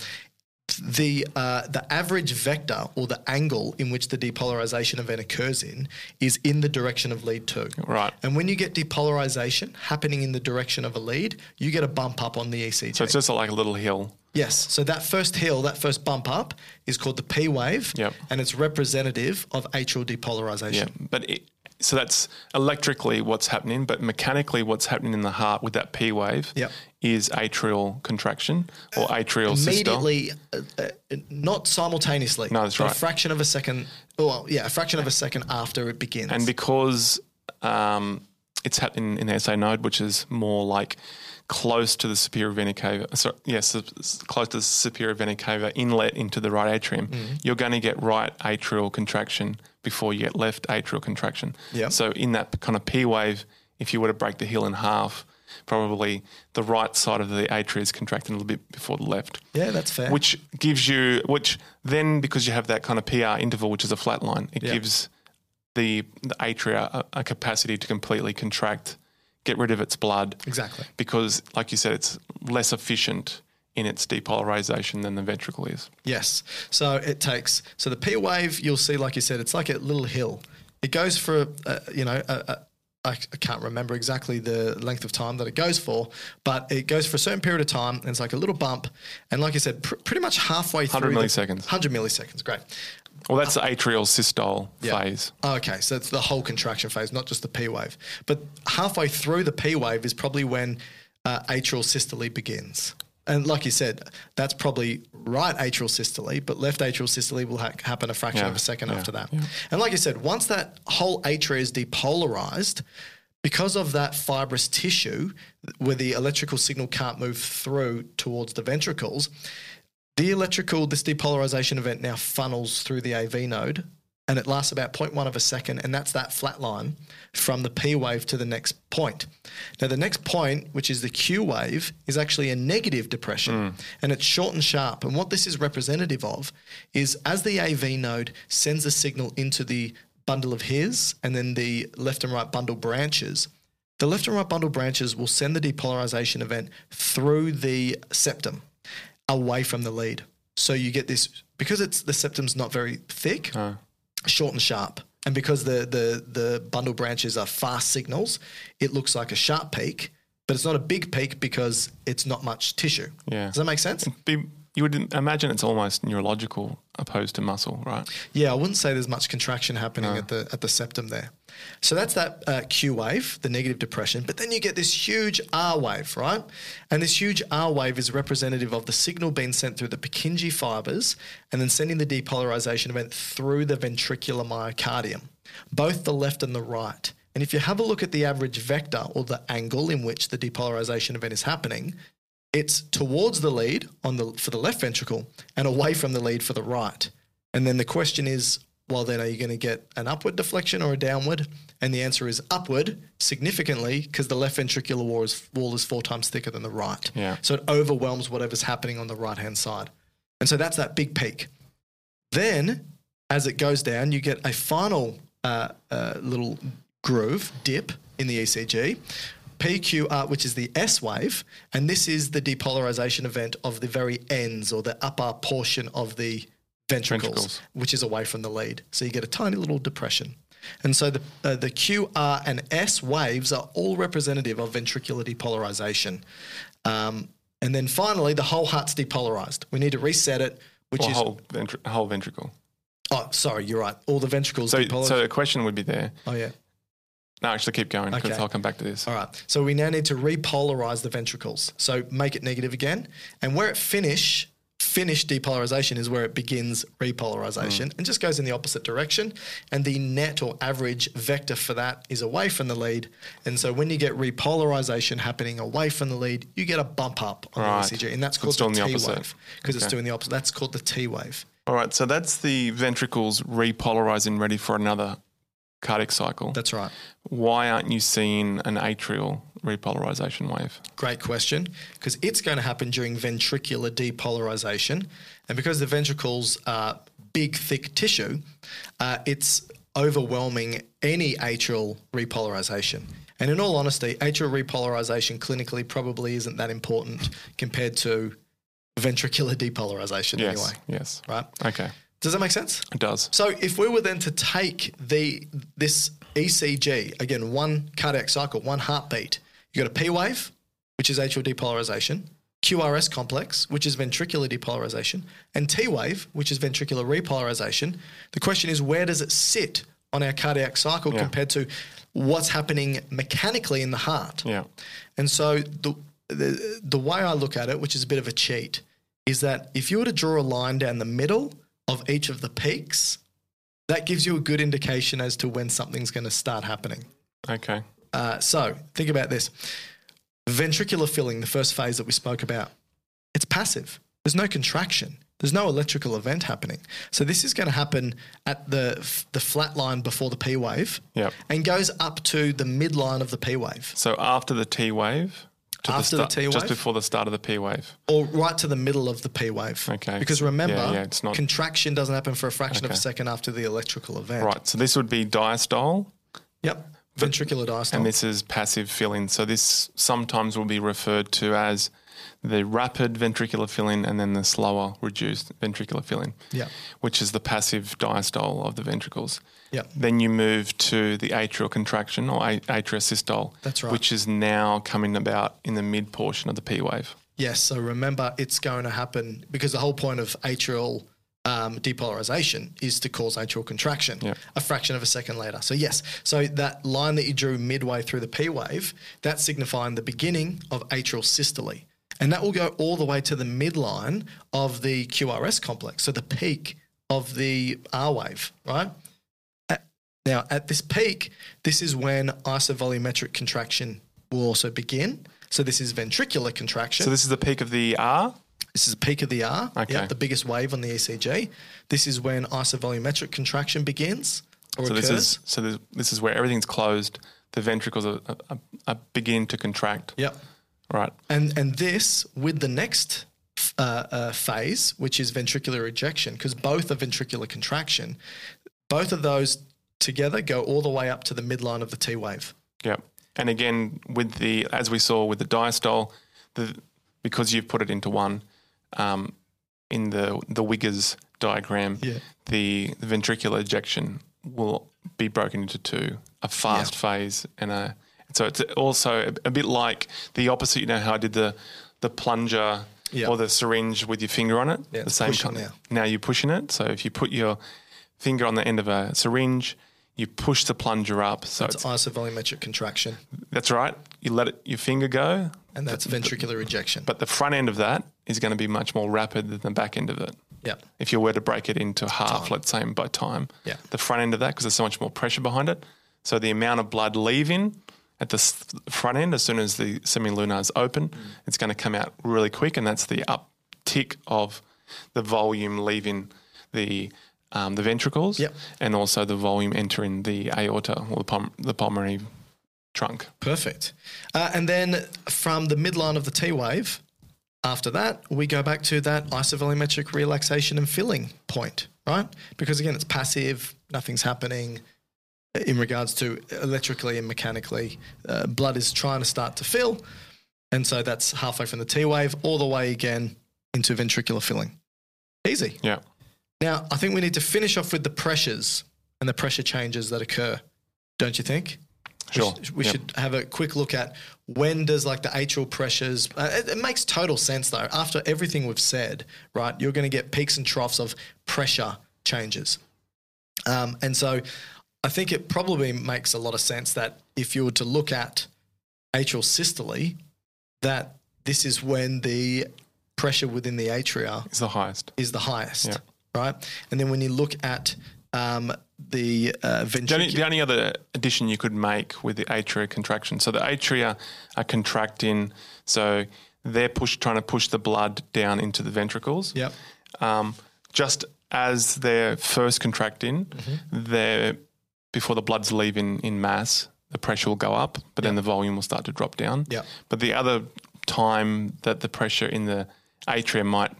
the uh, the average vector or the angle in which the depolarization event occurs in is in the direction of lead two. right. And when you get depolarization happening in the direction of a lead, you get a bump up on the ECG. So it's just like a little hill. Yes. So that first hill, that first bump up, is called the P wave, Yep. and it's representative of atrial depolarization. Yeah, but it, so that's electrically what's happening, but mechanically what's happening in the heart with that P wave Yep. Uh, is atrial contraction or atrial systole. Immediately, uh, uh, not simultaneously. No, that's but A right. fraction of a second. Well, yeah, a fraction of a second after it begins. And because um, it's happening in the SA node, which is more like close to the superior vena cava, uh, sorry, yes, close to the superior vena cava inlet into the right atrium, Mm-hmm. you're going to get right atrial contraction before you get left atrial contraction. Yep. So in that kind of P wave, if you were to break the heel in half, probably the right side of the atria is contracting a little bit before the left yeah, that's fair. which gives you which then because you have that kind of PR interval, which is a flat line, it Yeah. gives the, the atria a, a capacity to completely contract, get rid of its blood. Exactly. Because, like you said, it's less efficient in its depolarization than the ventricle is. Yes. So it takes. So the P wave, you'll see, like you said, it's like a little hill. It goes for, uh, you know, a, a, I I can't remember exactly the length of time that it goes for, but it goes for a certain period of time, and it's like a little bump. And like you said, pr- pretty much halfway through. 100 the- milliseconds. 100 milliseconds, great. Well, that's the atrial systole Yeah. phase. Oh, Okay, so it's the whole contraction phase, not just the P wave. But halfway through the P wave is probably when uh, atrial systole begins. And like you said, that's probably right atrial systole, but left atrial systole will ha- happen a fraction Yeah, of a second yeah, after that. And like you said, once that whole atria is depolarized, because of that fibrous tissue where the electrical signal can't move through towards the ventricles, the electrical, this depolarization event now funnels through the AV node and it lasts about 0.1 of a second. And that's that flat line from the P wave to the next point. Now, the next point, which is the Q wave, is actually a negative depression and it's short and sharp. And what this is representative of is as the AV node sends a signal into the bundle of his and then the left and right bundle branches, the left and right bundle branches will send the depolarization event through the septum away from the lead. So you get this because it's the septum's not very thick, short and sharp. And because the, the the bundle branches are fast signals, it looks like a sharp peak, but it's not a big peak because it's not much tissue. Yeah. Does that make sense? Be- You would imagine it's almost neurological opposed to muscle, right? Yeah, I wouldn't say there's much contraction happening at the at the septum there. So that's that uh, Q wave, the negative depression. But then you get this huge R wave, right? And this huge R wave is representative of the signal being sent through the Purkinje fibers and then sending the depolarization event through the ventricular myocardium, both the left and the right. And if you have a look at the average vector or the angle in which the depolarization event is happening, it's towards the lead on the for the left ventricle and away from the lead for the right. And then the question is, well, then are you going to get an upward deflection or a downward? And the answer is upward significantly because the left ventricular wall is, wall is four times thicker than the right. Yeah. So it overwhelms whatever's happening on the right hand side. And so that's that big peak. Then, as it goes down, you get a final uh, uh, little groove dip in the E ECG, PQR, which is the S wave, and this is the depolarization event of the very ends or the upper portion of the ventricles, Ventricles. which is away from the lead. So you get a tiny little depression. And so the, uh, the Q, R, and S waves are all representative of ventricular depolarization. Um, and then finally, the whole heart's depolarized. We need to reset it, which Or is whole, ventri- whole ventricle. Oh, sorry, you're right. All the ventricles So, depolarize. so the question would be there. oh yeah. No, actually, keep going because Okay. I'll come back to this. All right. So we now need to repolarize the ventricles. So make it negative again, and where it finish finish depolarization is where it begins repolarization Mm. and just goes in the opposite direction and the net or average vector for that is away from the lead and so when you get repolarization happening away from the lead you get a bump up on Right. the ECG and that's It's called doing the the T opposite. wave because it's Okay. doing the opposite that's called the T wave All right, so that's the ventricles repolarizing ready for another cardiac cycle. that's right Why aren't you seeing an atrial repolarization wave? Great question, because it's going to happen during ventricular depolarization, and because the ventricles are big, thick tissue, uh, it's overwhelming any atrial repolarization. And in all honesty, atrial repolarization clinically probably isn't that important compared to ventricular depolarization Yes. anyway, Yes. right? Okay. Does that make sense? It does. So if we were then to take the this E ECG again, one cardiac cycle, one heartbeat, you got a P wave, which is atrial depolarization. QRS complex, which is ventricular depolarization, and T wave, which is ventricular repolarization. The question is, where does it sit on our cardiac cycle Yeah. compared to what's happening mechanically in the heart? Yeah. And so the, the the way I look at it, which is a bit of a cheat, is that if you were to draw a line down the middle of each of the peaks, that gives you a good indication as to when something's going to start happening. Okay. Uh, so think about this: ventricular filling, the first phase that we spoke about, it's passive. There's no contraction. There's no electrical event happening. So this is going to happen at the the flat line before the P wave, Yep. and goes up to the midline of the P wave. So after the T wave, to After the, the T just wave? before the start of the P wave. or right to the middle of the P wave. Okay. Because remember, Yeah, yeah, it's not- contraction doesn't happen for a fraction of a Okay. second after the electrical event. Right. So this would be diastole, Yep. Ventricular diastole. and this is passive filling. So this sometimes will be referred to as the rapid ventricular filling and then the slower reduced ventricular filling, yeah. which is the passive diastole of the ventricles. Yep. Then you move to the atrial contraction or a- atriosystole. That's right. Which is now coming about in the mid portion of the P wave. Yes. So remember, it's going to happen because the whole point of atrial um, depolarization is to cause atrial contraction Yeah. a fraction of a second later. So, yes. So, that line that you drew midway through the P wave, that's signifying the beginning of atrial systole. And that will go all the way to the midline of the QRS complex. So, the peak of the R wave, right? At- Now, at this peak, this is when isovolumetric contraction will also begin. So, this is ventricular contraction. So this is the peak of the R. This is the peak of the R, Okay. yeah, the biggest wave on the ECG. This is when isovolumetric contraction begins or So occurs. this is so this, this is where everything's closed. The ventricles are, are, are begin to contract. yep. Right. And and this with the next uh, uh, phase, which is ventricular ejection, because both are ventricular contraction. Both of those together go all the way up to the midline of the T wave. Yep. And again, with the as we saw with the diastole, the because you've put it into one, um, in the the Wiggers diagram, Yeah. the, the ventricular ejection will be broken into two: a fast phase and a. So it's also a, a bit like the opposite. You know how I did the the plunger Yeah. or the syringe with your finger on it. Yeah, the it's same pushing kind. now. Now you're pushing it. So if you put your finger on the end of a syringe, you push the plunger up. So That's it's isovolumetric contraction, that's right. You let it, your finger go, and that's ventricular ejection. but the front end of that is going to be much more rapid than the back end of it. yep. If you were to break it into half, let's say by time, Yeah. the front end of that, because there's so much more pressure behind it. So the amount of blood leaving at the s- front end, as soon as the semilunar is open, Mm. it's going to come out really quick, and that's the uptick of the volume leaving the um, the ventricles, Yep. and also the volume entering the aorta or the, pul- the pulmonary trunk. Perfect. Uh, and then from the midline of the T wave, after that, we go back to that isovolumetric relaxation and filling point, right? Because again, it's passive, nothing's happening in regards to electrically and mechanically. Uh, blood is trying to start to fill. And so that's halfway from the T wave all the way again into ventricular filling. Easy. Yeah. Now, I think we need to finish off with the pressures and the pressure changes that occur, don't you think? We Sure. sh- We, Yeah. should have a quick look at when does like the atrial pressures. Uh, it, it makes total sense though. After everything we've said, right, you're going to get peaks and troughs of pressure changes, um, and so I think it probably makes a lot of sense that if you were to look at atrial systole, that this is when the pressure within the atria is the highest. is the highest, Yeah. right? And then when you look at um, the uh, The only, ventricular, the only other addition you could make with the atria contraction. So the atria are contracting, so they're push, trying to push the blood down into the ventricles. yep, Um, just as they're first contracting, they're, before the blood's leaving in mass, the pressure will go up, but then the volume will start to drop down. Yep. But the other time that the pressure in the atria might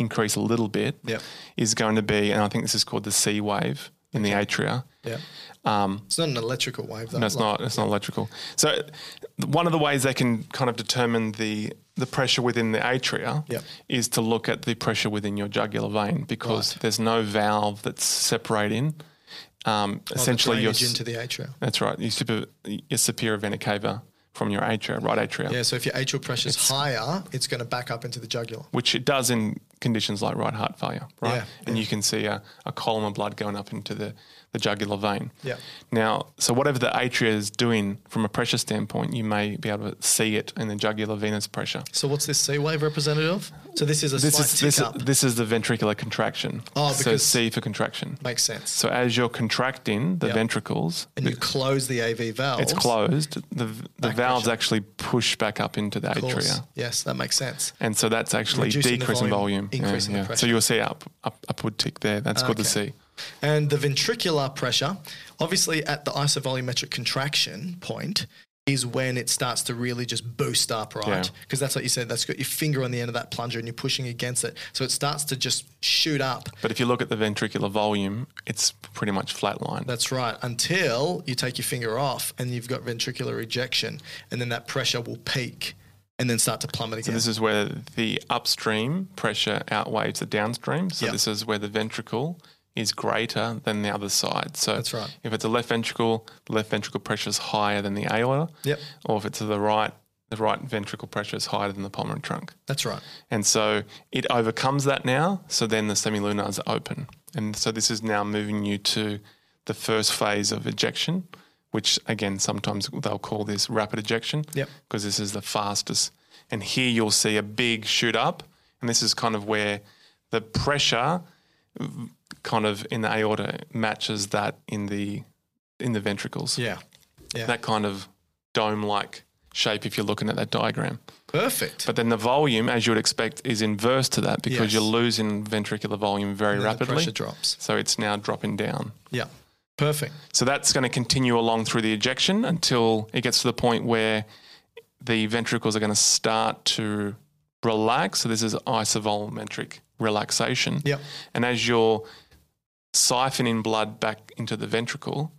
increase a little bit Yep. is going to be, and I think this is called the C wave in the atria. yep. Um, It's not an electrical wave, though. no, it's Like- not. It's not electrical. So, one of the ways they can kind of determine the the pressure within the atria Yep. is to look at the pressure within your jugular vein because there's no valve that's separating. Um, Oh, the essentially, your drainage s- into the atria. that's right. Your, super, your superior vena cava from your atria, right atria, Yeah, so if your atrial pressure is higher, it's going to back up into the jugular. which it does in conditions like right heart failure, right? Yeah, and you can see a, a column of blood going up into the, the jugular vein. Yeah. Now, so whatever the atria is doing from a pressure standpoint, you may be able to see it in the jugular venous pressure. So what's this C wave representative? So this is a This slight is tick this, up. this is the ventricular contraction. Oh, so because- C for contraction. Makes sense. So as you're contracting the ventricles, and you close the AV valve. it's closed. The the valves actually push back up into the atria. Yes, that makes sense. And so that's actually Reducing the decreasing volume, volume, increasing the pressure. So you'll see up, up upward tick there. That's called the C. And the ventricular pressure, obviously at the isovolumetric contraction point, is when it starts to really just boost up, right? Yeah. Because that's what you said. That's got your finger on the end of that plunger and you're pushing against it. So it starts to just shoot up. But if you look at the ventricular volume, it's pretty much flatlined. That's right. Until you take your finger off and you've got ventricular ejection, and then that pressure will peak and then start to plummet so again. this is where the upstream pressure outweighs the downstream. So Yeah. this is where the ventricle is greater than the other side. So That's right. If it's a left ventricle, the left ventricle pressure is higher than the aorta. Yep. Or if it's to the right, the right ventricle pressure is higher than the pulmonary trunk. That's right. And so it overcomes that now. So then the semilunars are open. And so this is now moving you to the first phase of ejection, which again, sometimes they'll call this rapid ejection Yep. because this is the fastest. And here you'll see a big shoot up. And this is kind of where the pressure v- kind of in the aorta matches that in the in the ventricles. Yeah. Yeah. That kind of dome like shape if you're looking at that diagram. Perfect. But then the volume, as you would expect, is inverse to that because Yes. you're losing ventricular volume very And then the rapidly. pressure drops. So it's now dropping down. Yeah. Perfect. So that's going to continue along through the ejection until it gets to the point where the ventricles are going to start to relax. So this is isovolumetric relaxation. Yep. And as you're siphoning blood back into the ventricle,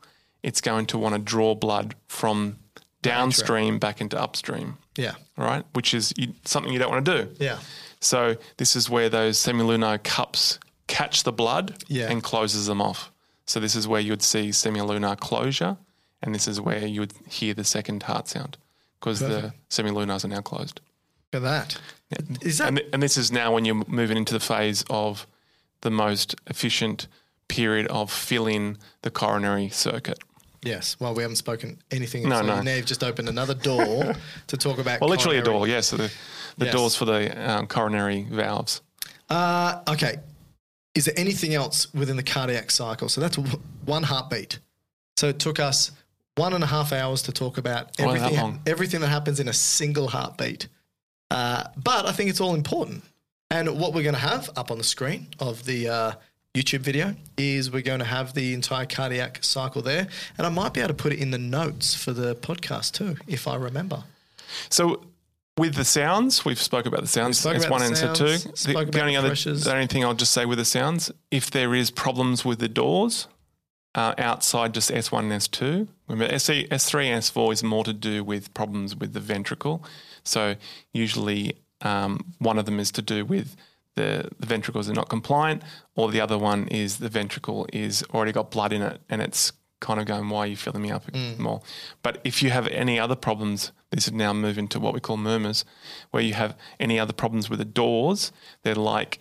it's going to want to draw blood from downstream back into upstream, Yeah. right? Which is you, something you don't want to do. Yeah. So this is where those semilunar cups catch the blood Yeah. and closes them off. So this is where you'd see semilunar closure, and this is where you would hear the second heart sound because the semilunars are now closed. Look at that. Is that And, th- and this is now when you're moving into the phase of the most efficient period of filling the coronary circuit. yes? Well, we haven't spoken anything. No, so no. Now you've just opened another (laughs) door to talk about. Well, literally a coronary- door, yes. so the the Yes. doors for the um, coronary valves. Uh, okay. Is there anything else within the cardiac cycle? So that's w- one heartbeat. So it took us one and a half hours to talk about Why that everything, long? everything that happens in a single heartbeat. Uh, but I think it's all important. And what we're going to have up on the screen of the uh, YouTube video is we're going to have the entire cardiac cycle there. And I might be able to put it in the notes for the podcast too, if I remember. So with the sounds, we've spoke about the sounds. spoke it's about one the answer two. sounds, The, spoke the about only the other, pressures. the only thing I'll just say with the sounds, if there is problems with the doors uh, outside just S1 and S2, remember S3 S3 and S4 is more to do with problems with the ventricle. So usually um, one of them is to do with the, the ventricles are not compliant, or the other one is the ventricle is already got blood in it and it's kind of going, why are you filling me up more? But if you have any other problems, this is now moving to what we call murmurs, where you have any other problems with the doors, they're like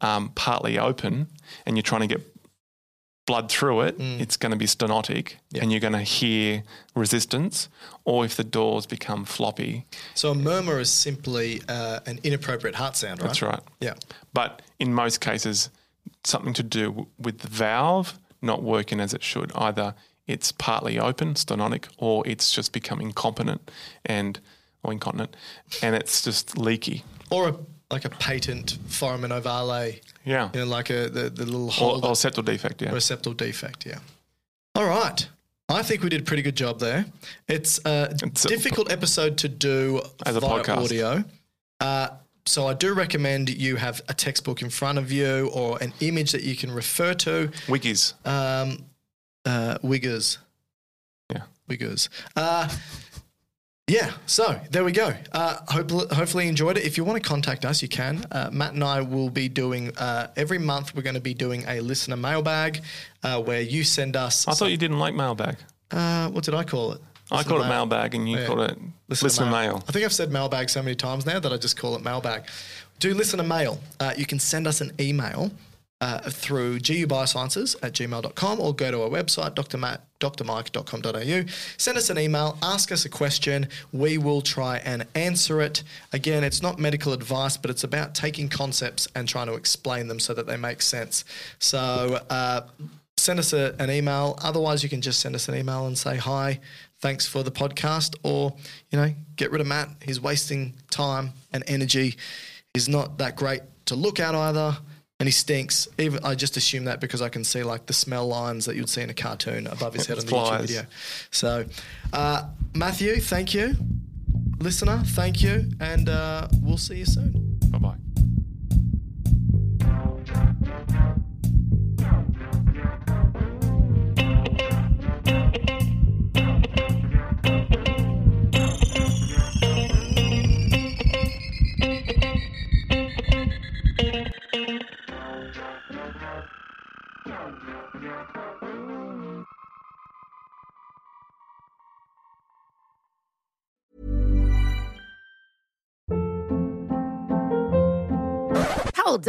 um, partly open and you're trying to get blood through it, Mm. it's going to be stenotic and you're going to hear resistance. Or if the doors become floppy, So a murmur is simply uh, an inappropriate heart sound, right? that's right. Yeah. But in most cases, something to do w- with the valve not working as it should. Either it's partly open, stenotic, or it's just become incompetent and or incontinent, and it's just leaky. or a, like a patent foramen ovale, Yeah, you know, like a the, the little hole or, or septal defect. Yeah, receptal defect. Yeah. All right. I think we did a pretty good job there. It's a It's a- difficult episode to do As a via podcast. audio. Uh, so I do recommend you have a textbook in front of you or an image that you can refer to. wiggies. Um, uh, Wiggers. Yeah. Wiggers. Uh, yeah, so there we go. Uh, hope, hopefully you enjoyed it. If you want to contact us, you can. Uh, Matt and I will be doing, uh, every month we're going to be doing a listener mailbag uh, where you send us, I thought you didn't like mailbag. uh, what did I call it? I call it mailbag and you Yeah. call it Listen listener, to mail. I think I've said mailbag so many times now that I just call it mailbag. Do listen to mail. Uh, you can send us an email uh, through gubiosciences at gmail.com or go to our website, drmat, drmike.com.au. Send us an email, ask us a question. We will try and answer it. Again, it's not medical advice, but it's about taking concepts and trying to explain them so that they make sense. So, uh, send us a, an email. Otherwise, you can just send us an email and say hi, thanks for the podcast, or you know, get rid of Matt. He's wasting time and energy. He's not that great to look at either, and he stinks. Even I just assume that because I can see like the smell lines that you'd see in a cartoon above his head on the YouTube Flies. video. So, uh, Matthew, thank you. Listener, thank you, and uh, we'll see you soon. Bye bye. Hold